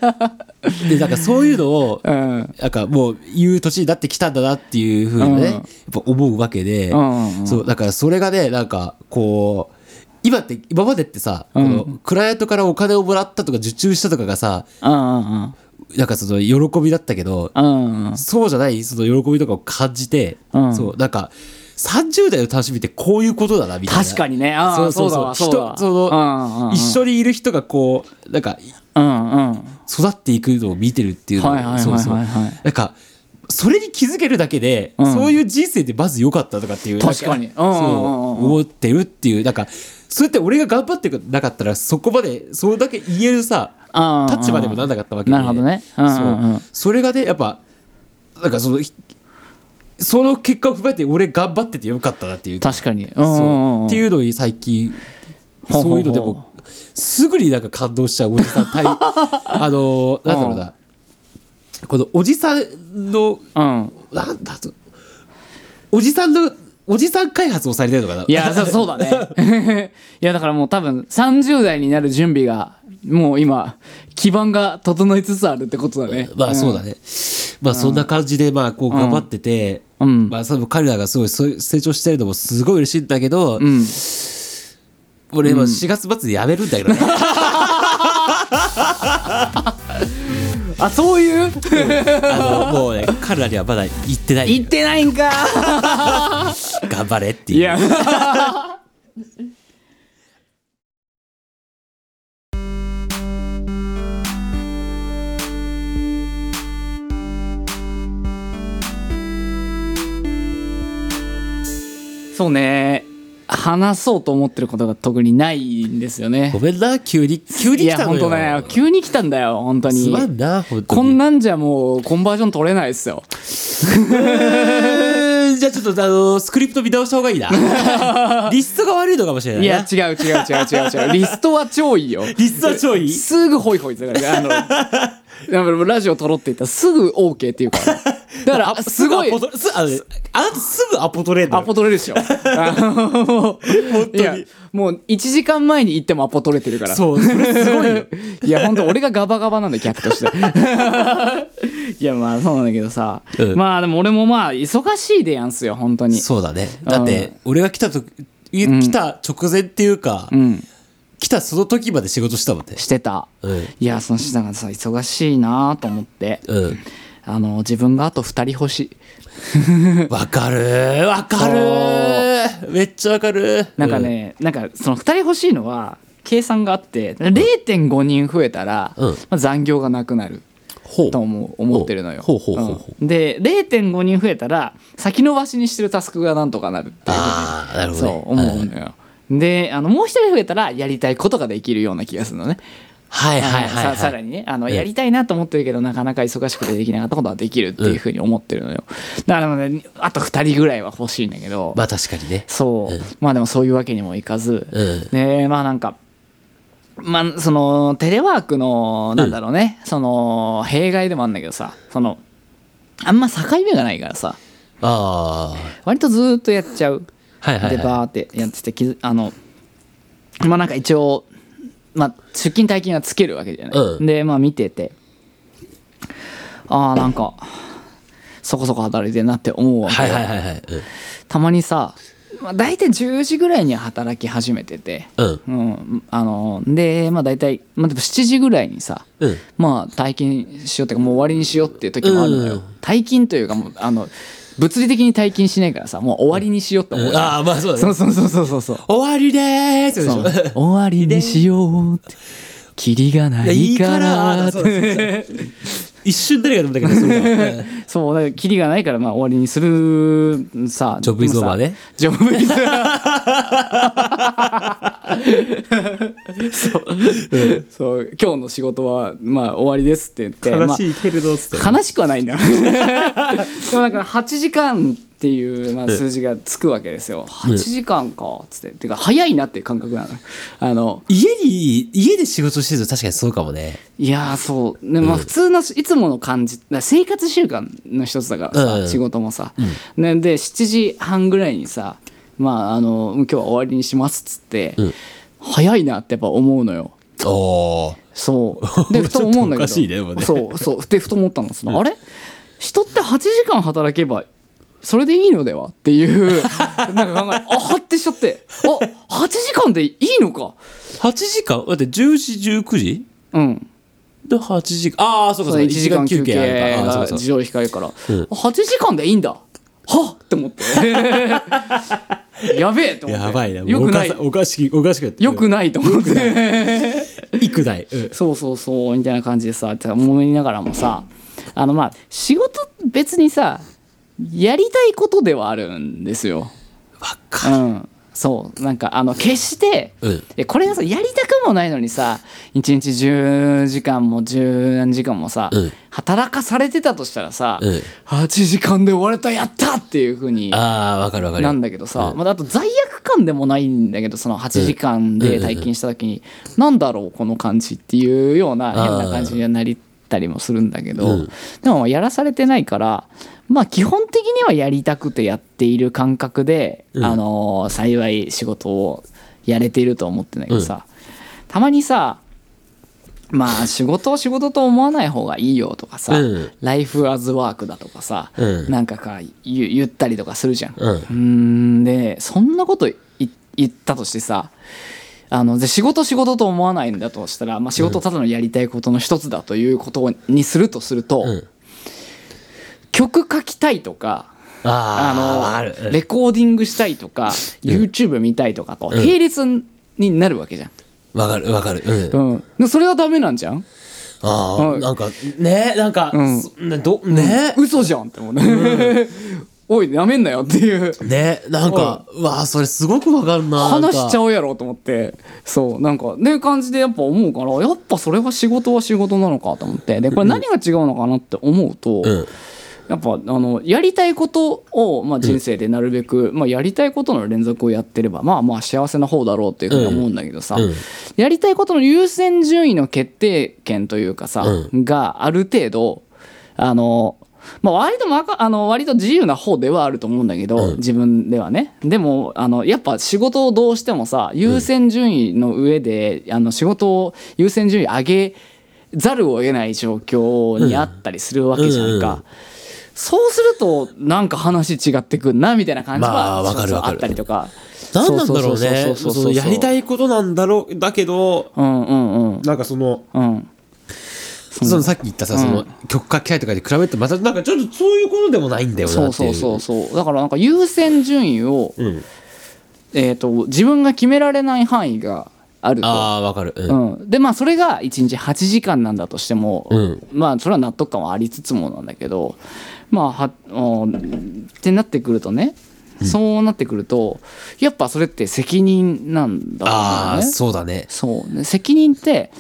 なんかそういうのを、
うん
なんかもう言う年になってきたんだなっていうふうにね、
うん
やっぱ思うわけで、
うんうん
そう、だからそれがね、なんかこう、今って、今までってさ、このクライアントからお金をもらったとか受注したとかがさ、
うん
なんかその喜びだったけど、
うんうん
そうじゃないその喜びとかを感じて、
うん
そうなんか30代の楽しみってこういうことだなみたいな
確かにねあ
そ
ー
うそうそう
そうだわ
人
そうだわうん
そ
うんうん
の一緒にいる人がこうなんか
うんうん
育っていくのを見てるっていうの
はいはいはいはい
そうそう
はい
なんかそれに気づけるだけで、
うん
そういう人生でまず良かったとかっていう
確かに
なん
うんうん
そう
うんうん
思ってるっていうなんかそうやって俺が頑張ってなかったらそこまでそれだけ言えるさ
あー
立場でもなんなかったわけで
なるほどねうんうんうん
そうそれがねやっぱなんかそのひその結果を踏まえて俺頑張っててよかったなっていう
確かにう
そうん
うんうん
っていうのに最近
ほうほうほ
そうい
う
うのでもすぐになんか感動しちゃうおじさん 対あのなんだろうなこのおじさんの
うん
なんだとおじさんのおじさん開発をされてるのかない
いやそそうだね いやだからもう多分30代になる準備がもう今基盤が整いつつあるってことだね
まあそうだね、まあそんな感じでまあこう頑張ってて、
うん
まあその彼らがすごいそういう成長してるのもすごい嬉しいんだけど、
うん
俺今4月末で辞めるんだけどね、
あそういう
あのもうね彼らにはまだ行ってない
言ってないんか
頑張れっていう
いや そうね話そうと思ってることが特にないんですよね
ごめんな急に急に
い
来
や
たの
本当
よ
ね急に来たんだよ本当
す
に
まんな本当に
こんなんじゃもうコンバージョン取れないですよ
えーじゃあちょっとあのスクリプト見直した方がいいな リストが悪いのかもしれない
い
な
や違う違う違う違う違うリストは超いいよ
リストは超いい
すぐホイホイってだ からあのだからラジオ撮ろうって言ったらすぐ OK ってい うからだからあすごい
アポ取れすあのあなたすぐアポ取れんの
ア
よ
ポ取れるでしょあのもういやもう1時間前に行ってもアポ取れてるから
そうそれすごいよ
いや本当俺がガバガバなんだよ客として いやまあそうなんだけどさ、
うん
まあでも俺もまあ忙しいでやんすよ本当に
そうだね。だって、俺が来たと、い来た直前っていうか、
うん
来たその時まで仕事したもんね。
してた、
うん
いやそのしながらさ忙しいなと思って、
う
あの自分があと2人欲しい
ん。わかるーわかるーめっちゃわかるー
なんか、ね、なんかその2人欲しいのは計算があって0.5人増えたら、
うん
まあ、残業がなくなる
ほう
と思う思ってるのよ。
ほうほうほうほう
うんで0.5人増えたら先延ばしにしてるタスクがなんとかなるっていう
ああ、なるほど、
そ
ね。
う思うのよ。であのもう1人増えたらやりたいことができるような気がするのね。
はいはいはい、はい
ささらにねあの、
ええ
やりたいなと思ってるけどなかなか忙しくてできなかったことはできるっていうふうに思ってるのよ。だから、ね、あと2人ぐらいは欲しいんだけど。
まあ確かにね。
そう、
うん
まあでもそういうわけにもいかず、
うん
でまあなんかまあそのテレワークのなんだろうね、その弊害でもあるんだけどさそのあんま境目がないからさ
あ
割とずーっとやっちゃう、
あ。はいはい、
で
は
バーってやってて気づあのまあなんか一応、まあ、出勤退勤はつけるわけじゃない、
うん
でまあ見ててああなんかそこそこ働いてるなって思う
い。
わけ
はい
よ
はいはいはい。うん
たまにさまあ、大体10時ぐらいには働き始めてて、
うん
うん、あのでまあ大体、まあ、でも7時ぐらいにさ、
うん
まあ退勤しようっていうかもう終わりにしようっていう時もあるのよ、
うん
退勤というかもうあの物理的に退勤しないからさもう終わりにしようって思うじゃん、
ああまあそうだ
そう
ね
そうそうそうそうそう
終わりでーす
そう
でしょ
終わりにしようってキリがないからって
いやいいから 一瞬誰がでもだけどそれは
そうだからキリがないからまあ終わりにするさ
ジョブイズオーバーね
でもさジョブイズ そうそう今日の仕事はまあ終わりですって言って
悲しいけれどつって
まあ、悲しくはないんだよ でもなんか8時間っていう、まあ、数字がつくわけですよ8時間かっつっててか早いなっていう感覚なのあの
家に家で仕事してると確かにそうかもね
いやーそうでもまあ普通のいつもの感じだから生活習慣の一つだからさ、
うん
仕事もさ、ねで7時半ぐらいにさまああの今日は終わりにしますっつって、
うん
早いなってやっぱ思うのよ
おー
そうでふと思うんだけど
ちょっとおかしいねでもね
そうそうでふと思ったのその、あれ人って8時間働けばそれでいいのではっていう なんか考えあはってしちゃってあ8時間でいいのか
8時間だって10時19時
うん
で8時間ああそうか
そ
そう
の
か
1時間休憩
あるからあ
が
ーそう
自
か
動光るから
うん
8時間でいいんだはっって思って やべえと
そう
思って
やばいな
よくない
もうおかしおかしきおかしくやって
よくないと思って
いくないうん
そうそうそうみたいな感じでさって思いながらもさあのまあ仕事別にさやりたいことではあるんですよ
わ
う
かる
んそうなんかあの決して、
うん
えこれがさやりたくもないのにさ1日10時間も10何時間もさ、
うん
働かされてたとしたらさ、
うん
8時間で終われたやったっていうふうに
ああわかるわかる
なんだけどさ、
うん
まあ、あと罪悪感でもないんだけどその8時間で体験した時に、なんだろうこの感じっていうような変な感じにはなりたりもするんだけど、
うん
でもやらされてないからまあ基本的にはやりたくてやっている感覚で、
うん
あのー幸い仕事をやれているとは思ってないけどさ、たまにさまあ仕事を仕事と思わない方がいいよとかさ、
うん
ライフアズワークだとかさ、
うん
なんかかゆ言ったりとかするじゃん、
うん
うーんでそんなことい言ったとしてさあので仕事仕事と思わないんだとしたら、まあ、仕事ただのやりたいことの一つだということにするとすると、
うん
曲書きたいとか
ああわ
あ
かる
のレコーディングしたいとか、YouTube 見たいとかと
ん
並列になるわけじゃん、
わかるわかるうん
うんでそれはダメなんじゃん
あ
う
あ
ん
なんかねなんか
ん
そねどね
嘘じゃんって思うね、 おいなめんなよっていう
ねなんかうわあそれすごくわかるな
話しちゃ
う
うやろと思ってそうなんかね感じでやっぱ思うからやっぱそれは仕事は仕事なのかと思ってでこれ何が違うのかなって思うと、
うん
やっぱあのやりたいことを、まあ、人生でなるべく、まあ、やりたいことの連続をやってればまあまあ幸せな方だろうっていうふうに思うんだけどさ、
うんうん
やりたいことの優先順位の決定権というかさ、
う
がある程度あの、まあ、割とまかあの割と自由な方ではあると思うんだけど、
うん
自分ではねでもあのやっぱ仕事をどうしてもさ優先順位の上で、あの仕事を優先順位上げざるを得ない状況にあったりするわけじゃんか。
うんうん
そうするとなんか話違ってくんなみたいな感じ
まあ
は
わかるわかる
あったりとか
なんなんだろうね
そうそうそうそうそう
そのやりたいことなんだろうだけど
うんうんうん
なんかその
うん
そのさっき言ったさ、その曲書きたいとかで比べるとまたなんかちょっとそういうことでもないんだよ
そ
な
う
ってい
そううそうそうだからなんか優先順位を、
うん、
えー、と自分が決められない範囲があると、
ああわかるうん、
うん、でまあそれが1日8時間なんだとしても、
うん
まあそれは納得感はありつつもなんだけどまあはうんってなってくるとねそうなってくるとやっぱそれって責任なんだ
あ
ろ
あ、
うね。
そうだね
そうね責任って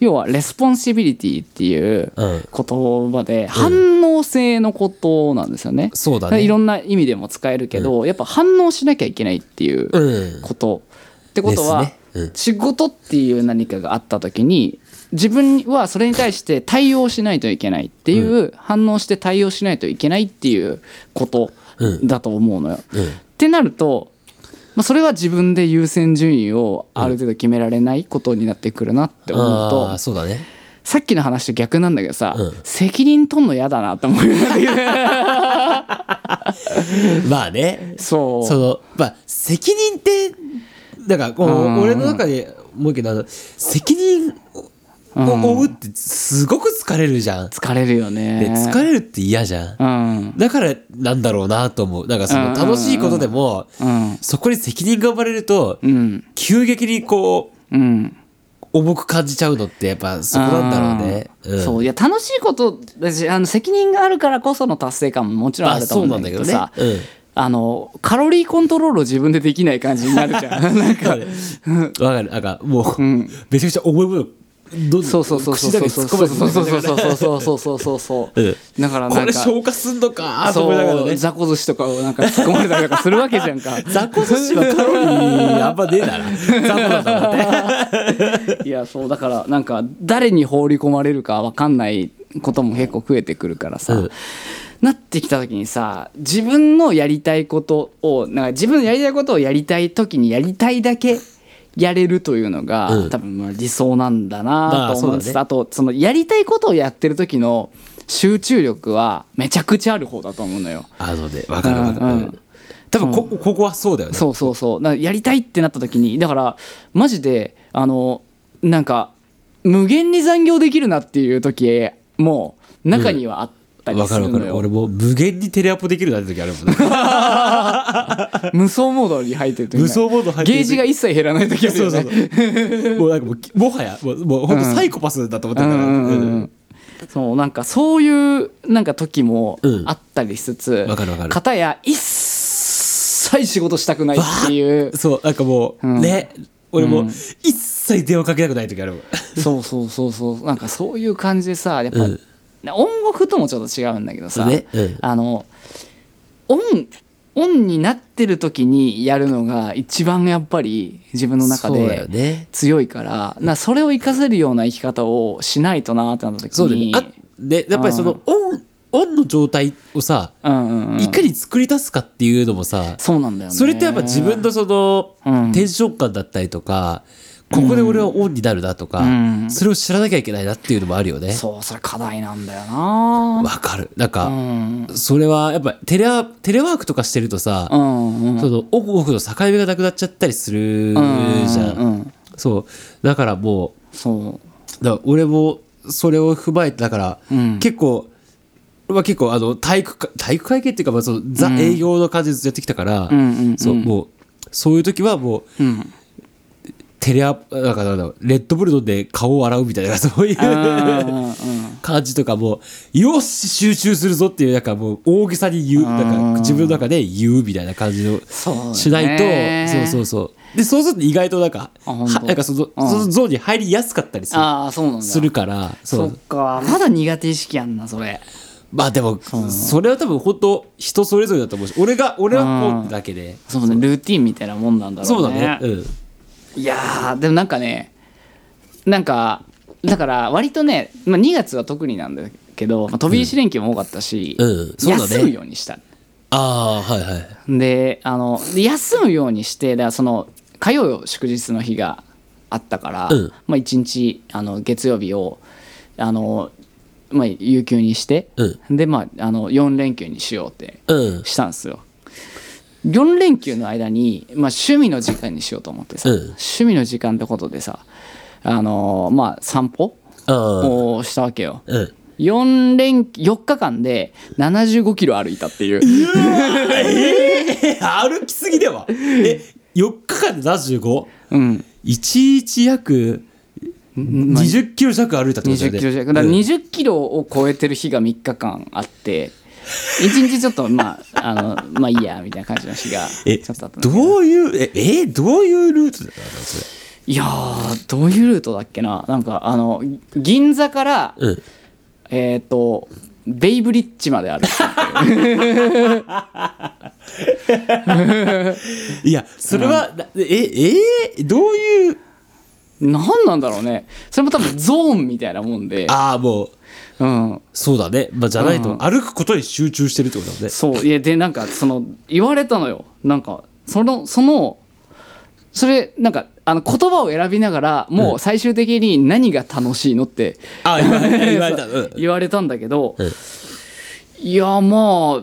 要はレスポンシビリティっていう
うん
言葉で反応性のことなんですよね。
そうだ
い
ね
ろんな意味でも使えるけど、やっぱ反応しなきゃいけないっていう
うん
こと。ってこと
で
は、
すねうん
仕事っていう何かがあった時に自分はそれに対して対応しないといけないっていう、反応して対応しないといけないっていうこと
うん
だと思うのよ。
うん
ってなると、まあ、それは自分で優先順位をある程度決められないことになってくるなって思うと、
ああそうだね
さっきの話と逆なんだけどさ、
うん
責任取んの嫌だなと思う
まあね
そ う
そのまあ責任ってだからこ
うん
う俺の中で思うけどあの責任を負うってすごく疲れるじゃん、
疲れるよね
で疲れるって嫌じゃん
うん
だからなんだろうなと思うなんかそ
うん
の楽しいことでも
うん
そこに責任が生まれると
うん
急激にこう
うん
重く感じちゃうのってやっぱそこなんだろうね、
あー
ん
そういや楽しいことだしあの責任があるからこその達成感ももちろんあると思うんだけどさ
まあそうなんだけどね
あのカロリーコントロールを自分でできない感じになるじゃ んなんか
わかる。わかる。なんかもう、
ん
めちゃくちゃ重いもの、どんどん
そうそうそうそう
口だ
そ
け
う
突
そ
っ
う
込
そう
まれて
そうそうそう
う。
そうそうそうそう
うん
だから
こ
なんか
れ消化すんのかと思いながら
そう
ね。
雑魚寿司とかをなんか突っ込まれたりとかするわけじゃんか
雑魚寿司はカロリーあんまねえだな。雑魚だからね。
いやそうだからなんか誰に放り込まれるかわかんないことも結構増えてくるからさ、
うん
なってきた時にさ自分のやりたいことをなんか自分のやりたいことをやりたい時にやりたいだけやれるというのが、
うん
多分まあ理想なん
ま
だな
あ
と思うんです、
そうだね
あとそのやりたいことをやってる時の集中力はめちゃくちゃある方だと思うのよ。
あのね、わかるわか
う
る
ん。
多分ここ、ここはそうだよね。
そうそうそうだからやりたいってなった時にだからマジであのなんか無限に残業できるなっていう時も中にはあったり
わ
す
か
る
るわ
の
かる。
よ、
俺もう無限にテレアポできるなんて時あるもんね。
無双モードに入ってる時ね
無双モード入ってる時
ゲージが一切減らない時ある
そ
よ
うそ
ね
うそう。もうなんかもうき、もはや、もう、もう本当サイコパスだと思ってるから。
うんうんうん
うん
そうなんかそういうなんか時も
うん
あったりしつつ、
わかるわかる
片や一切仕事したくないっていう
そう、なんかも
う
う、
ん
ね、俺も
うん
一切電話かけたくない時あるもん。
そうそうそうそうなんかそういう感じでさやっぱ、
うん
音楽ともちょっと違うんだけどさ、
ねうん
あのオンオンになってる時にやるのが一番やっぱり自分の中
そうだよ
で
ね。
強いからなそれを活かせるような生き方をしないとなってなった時
そうだよね
に。
あでやっぱりそのオンオンの状態をさ、
うんうんうん
いかに作り出すかっていうのもさ、
そうなんだよね
それってやっぱ自分のその、
うん
テンション感だったりとか、ここで俺はオンになるなとか、
うん
それを知らなきゃいけないなっていうのもあるよね。
そうそれ課題なんだよな
わかる。なん
う
か、
ん
それはやっぱテレワテレワークとかしてるとさ、
うんうん
そのオンオフの境目がなくなっちゃったりするじゃん。
うんうん
そう。だからも、
そう
だから俺もそれを踏まえて、だから、
う、うん、
結構俺は結構あの体育か体育会系っていうか、まあ、そのザ
うん
営業の感じでずっとやってきたから、
うんうんうん
そうもうそういう時はもう
うん
テレアなんかなんだろうレッドブル飲んで顔を洗うみたいな そういう
うんうんうん
感じとかもうよし集中するぞっていうなんかもう大げさに言うなん
うん
か自分の中で言うみたいな感じの
そうだね
しないとそうそうそうでそうすると意外となんか
あ
は
本当
なんかその,、
うん
そのゾーンに入りやすかったりする
ああそうなんだ
するから
そっかまだ苦手意識やんなそれ
まあでも
う
それは多分本当人それぞれだと思うし俺が俺はこうってだけで
そうねルーティンみたいなもんなんだろうね
そうだねうん
いやーでもなんかねなんかだから割とね、まあ、2月は特になんだけど、まあ、飛び石連休も多かったし、
うんうんそうだね
休むようにした
ああはいはい
であので休むようにしてだからその火曜祝日の日があったから、
うん
まあ、1日あの月曜日をあの、まあ、有給にして、
うん
で、まあ、あの4連休にしようって
うん
したんですよ4連休の間に、まあ、趣味の時間にしようと思ってさ、
うん
趣味の時間ってことでさあのーまあ散歩
ああ
をしたわけよ
うん
4連4日間で7 5キロ歩いたっていう
えー歩きすぎではえ4日間で 75?
うん
一日約20キロ弱歩いたってことだよ
20
ね
キロ弱だから20キロを超えてる日が3日間あって1日ちょっとまああのまあいいやみたいな感じの日が
え
ちょっとあったんだけ
どういうええどういうルートだったのそ
いやーどういうルートだっけななんかあの銀座から
れうん
えっ、と、ベイブリッジまである。
いやそれはなええーどういう
何なんだろうね。それも多分ゾーンみたいなもんで。
ああもう
うん。
そうだね、まあ、じゃないと、
うん
歩くことに集中してるってことだもんね
そう。いや、で、なんか、その、言われたのよ。なんか、その、その、それ、なんか、あの言葉を選びながらもう最終的に何が楽しいのって
あ言われ 言われた、うん、
言われたんだけど、
うん
いやまあ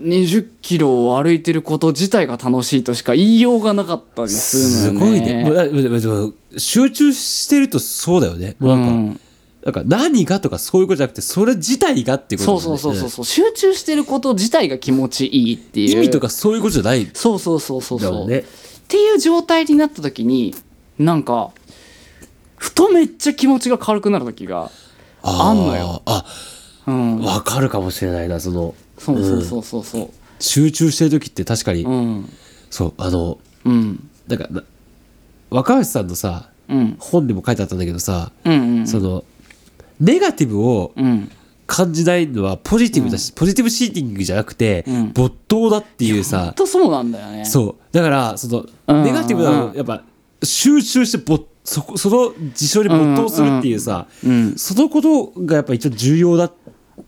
20キロを歩いてること自体が楽しいとしか言いようがなかったりす
す
るの
ご
よ
いねもうだでもでも集中してるとそうだよねもうなんか、
うん
なんか何がとかそういうことじゃなくてそれ自体がっていうこと
そ
だよ
う
ね
そうそうそうそう集中してること自体が気持ちいいってい
意
う
味とかそういうことじゃない
そうそうそうそう
だ
そ
も
う、
んね
っていう状態になった時になんかふとめっちゃ気持ちが軽くなる時があんのよ
あ
うん
わかるかもしれないなその
そうそうんそうそうそう
集中してる時って確かに、
うん
そうあの
うん
なんかな若林さんのさ
うん
本でも書いてあったんだけどさ、
うんうん
そのネガティブを
うん
感じないのはポジティブだし、ポジティブシーティングじゃなくて、
うん
没頭だっていう
ほ
さ
んとそうなんだよね
そうだからその、
うん
ネガティブなのやっぱ集中してぼそこその事象に没頭するっていうさ、
うん
そのことがやっぱ一応重要だ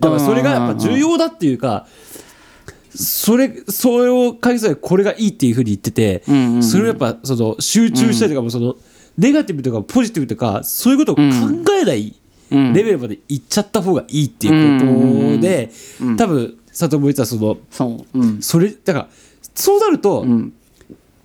だからそれがやっぱ重要だっていうか、それそれを解決するこれがいいっていうふうに言ってて、
うんうんうん
それをやっぱその集中したりとかもその、ネガティブとかポジティブとかそういうことを考えない
うん
レベルまでいっちゃった方がいいっていうことで、
うん
多分佐藤も言ってたその
そううん
それだからそうなると、
うん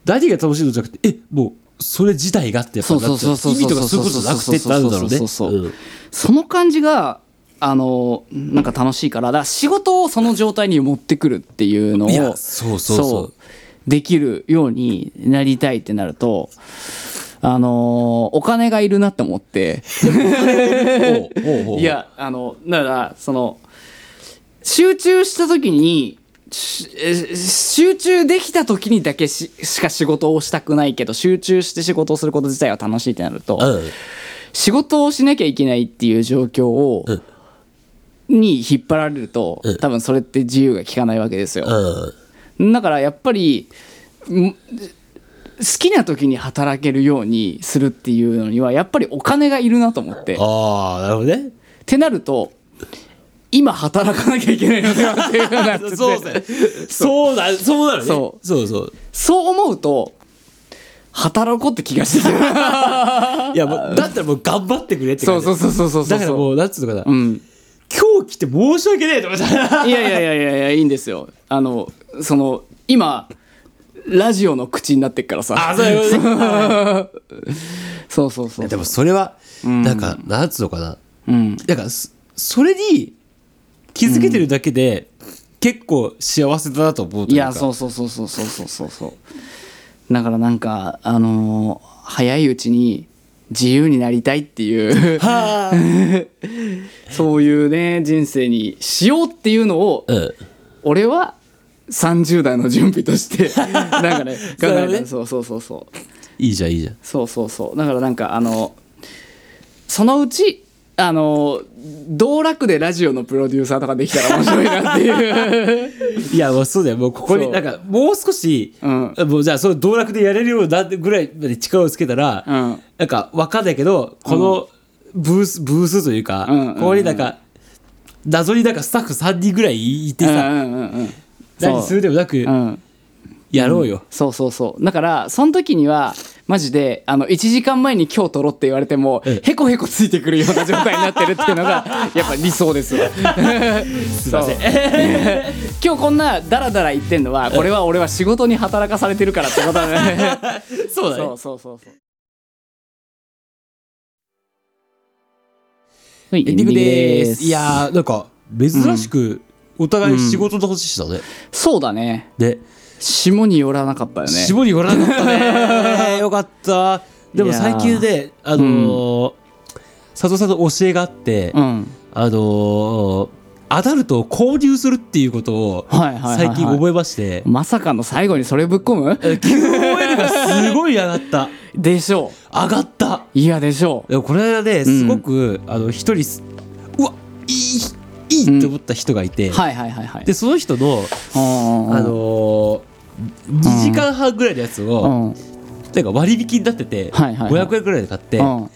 何が楽しいのじゃなくてえもうそれ自体がってやっぱなっちゃう
そうそうそうそう
意味とかそういうことじゃなくてってなるんだろうね
そうそうそうそう
うん
その感じがあのなんか楽しいからだから仕事をその状態に持ってくるっていうのを
いやそうそうそう
できるようになりたいってなるとあのお金がいるなって思って
おうおうおう
いやあのだからその集中した時にしえ集中できた時にだけししか仕事をしたくないけど集中して仕事をすること自体は楽しいってなると、
うん
仕事をしなきゃいけないっていう状況を、
うん
に引っ張られると、
うん
多分それって自由が利かないわけですよ、
うん
だからやっぱりん好きな時に働けるようにするっていうのにはやっぱりお金がいるなと思ってっ
ああなるほどね
てなると今働かなきゃいけないのではっていうようにな ってて
そうだよそうだそうだね
そう
そうそう
そう思うと働こうって気がしてきた
いやもうだったらもう頑張ってくれって
そ
感
う
じ
そうそうそうそうそ
だ
う
からもうなんつうのかな
う、ん
今日来て申し訳ねえと思った
いやいやいやいやいやいいんですよあのその今ラジオの口になってっからさ
あそういうことね
そうそうそう
でもそれはなんかなんつうのかな
うん
なんかそそれに気づけてるだけで、結構幸せだなと思うと
い
いうか
やそうそうそうそうそうそうそうそうだからなんかあのー早いうちに自由になりたいっていう
はあ、
そういうね人生にしようっていうのを、
うん、
俺は30代の準備として なんかね考
なるほ
え
ど
て
ね
そうそうそうそう
いいじゃんいいじゃん
そうそうそうだからなんかあのそのうちあの道楽でラジオのプロデューサーとかできたら面白いなって いう
いやもうそうだよもうここ
そ
に
う
なんかもう少し、
うん
もうじゃあその道楽でやれるようになってぐらいまで力をつけたら、
うん
なんかわかんないけどこのブース、ブースというか、
うんうんうん
ここになんか謎になんかスタッフ3人ぐらいいて
うん
さ、
うんうんうん
何するでもなく
そううん
やろうよ、
そうそうそうだからその時にはマジであの1時間前に今日撮ろうって言われても、
うん
へこへこついてくるような状態になってるっていうの がやっぱ理想ですわすい
ません
今日こんなダラダラ言ってんのはこれは俺は仕事に働かされてるからってことだね
そうだね
そうそうそうそう。はい、
エンディングですい
いや、
やーなんか珍しくお互い仕事の話したね、
そうだね。
で
霜によらなかったよね。
絞り寄らなかったね よかったでも
いやー
最近であのー佐藤さんの教えがあって、
うん。
あのーアダルトを購入するっていうことを
はいはいはいはい
最近覚えまして、
まさかの最後にそれぶっ込む
QOL がすごい上が った
でしょ
上がった
う。いやでしょ
でもこの間ねすごく、あの一人すうわいいいいって思った人がいて、
う。はいはいはいはい。
でその人の
うんうんうん、
あの2時間半ぐらいのやつ
う
を、
ん、
なんか割引になってて、
はいはいはい
500円ぐらいで買って、
うん、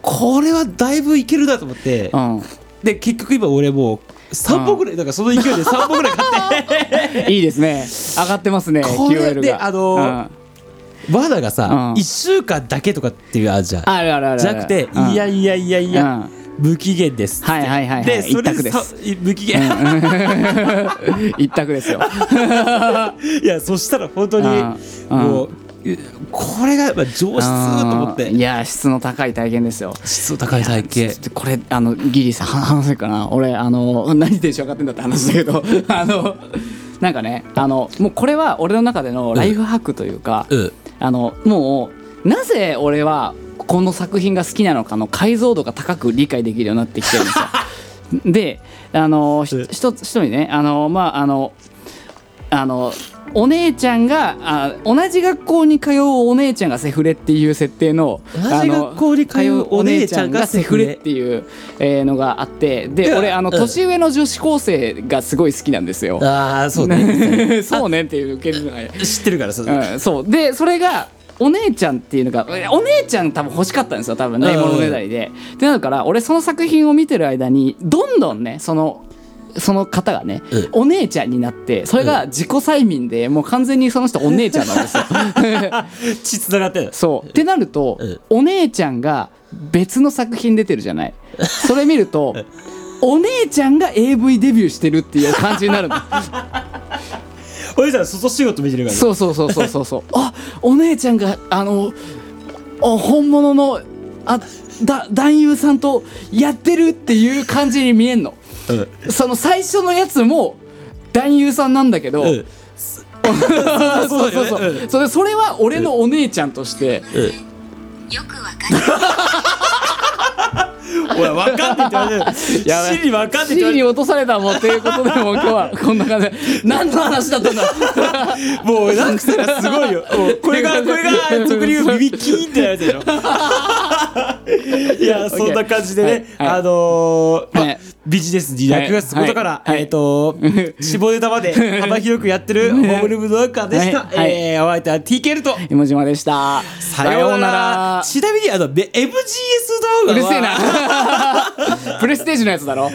これはだいぶいけるなと思って、
うん。
で結局今俺もう3本ぐらい、なんかその勢いで3本ぐらい買って
いいですね。上がってますね、
これ
QL
で
が。
あのー わだがさ、
うん
一週間だけとかっていうあるじゃん
あるあるあるある
じゃなくて、
うん
いやいやいやいや、無期限です
はいはいはいはい
でそれ
一択です
さ無期限、
一択です よ
いやそしたら本当に
うん
もうこれがやっぱ上質と思っ
うんい
て
や質の高い体験ですよ
質の高い体
ちょ
型
っとこれあのギリさは話せるかな俺あの何テンション上がってんだって話だけどあのなんかねあのもうこれは俺の中でのライフハックというか、
うん
あのもうなぜ俺はこの作品が好きなのかの解像度が高く理解できるようになってきてるんですよ。 であのひ
うん
ひとつ一人ねあのまああのあのお姉ちゃんがあ同じ学校に通うお姉ちゃんがセフレっていう設定の
同じ学校に通うお姉ちゃんがセフレ
あのお姉ちゃんがセフレっていう、えーのがあってで俺あの
うん
年上の女子高生がすごい好きなんですよ。
ああそうね
そうねっていう受けるのが
知ってるからさ、
うん、そうでそれがお姉ちゃんっていうのがえお姉ちゃん多分欲しかったんですよ多分
ん
ないものねだりで。でなるから俺その作品を見てる間にどんどんねそのその方がね、
うん
お姉ちゃんになってそれが自己催眠でもう完全にその人お姉ちゃんなんです よ。
血つながってる
そうってなると、
うん
お姉ちゃんが別の作品出てるじゃないそれ見るとお姉ちゃんが AV デビューしてるっていう感じになるの
お姉ちゃん外仕事見てるからね
そうそうそうそうそうそうあお姉ちゃんがあのお本物のあだ男優さんとやってるっていう感じに見えんの
うん
その最初のやつも男優さんなんだけど、
うん
そうそうそう、
うん
それそれは俺のお姉ちゃんとして、
よくわかります
おい分かんねえって言われてる
やばい
シリ分かんねえって言われ
地位
て
に
る
落とされたもんっていうことでもう今日 はこんな感じで何の話だったんだ
もうなんかそれがすご いよもうこれがこれが俗に言うビビキーンってやるでしょいやそんな感じでね、
はいはい
あのーまあ
はい
ビジネスに役立つことから、
はいはい
えっ、と 絞り玉で幅広くやってるホームルームの中でした、
はいはい
えーお相手は TK と
芋島でした
さようなら
さ
ちなみにあのね MGS 動画は
ようならうるせえなプレステージのやつだろ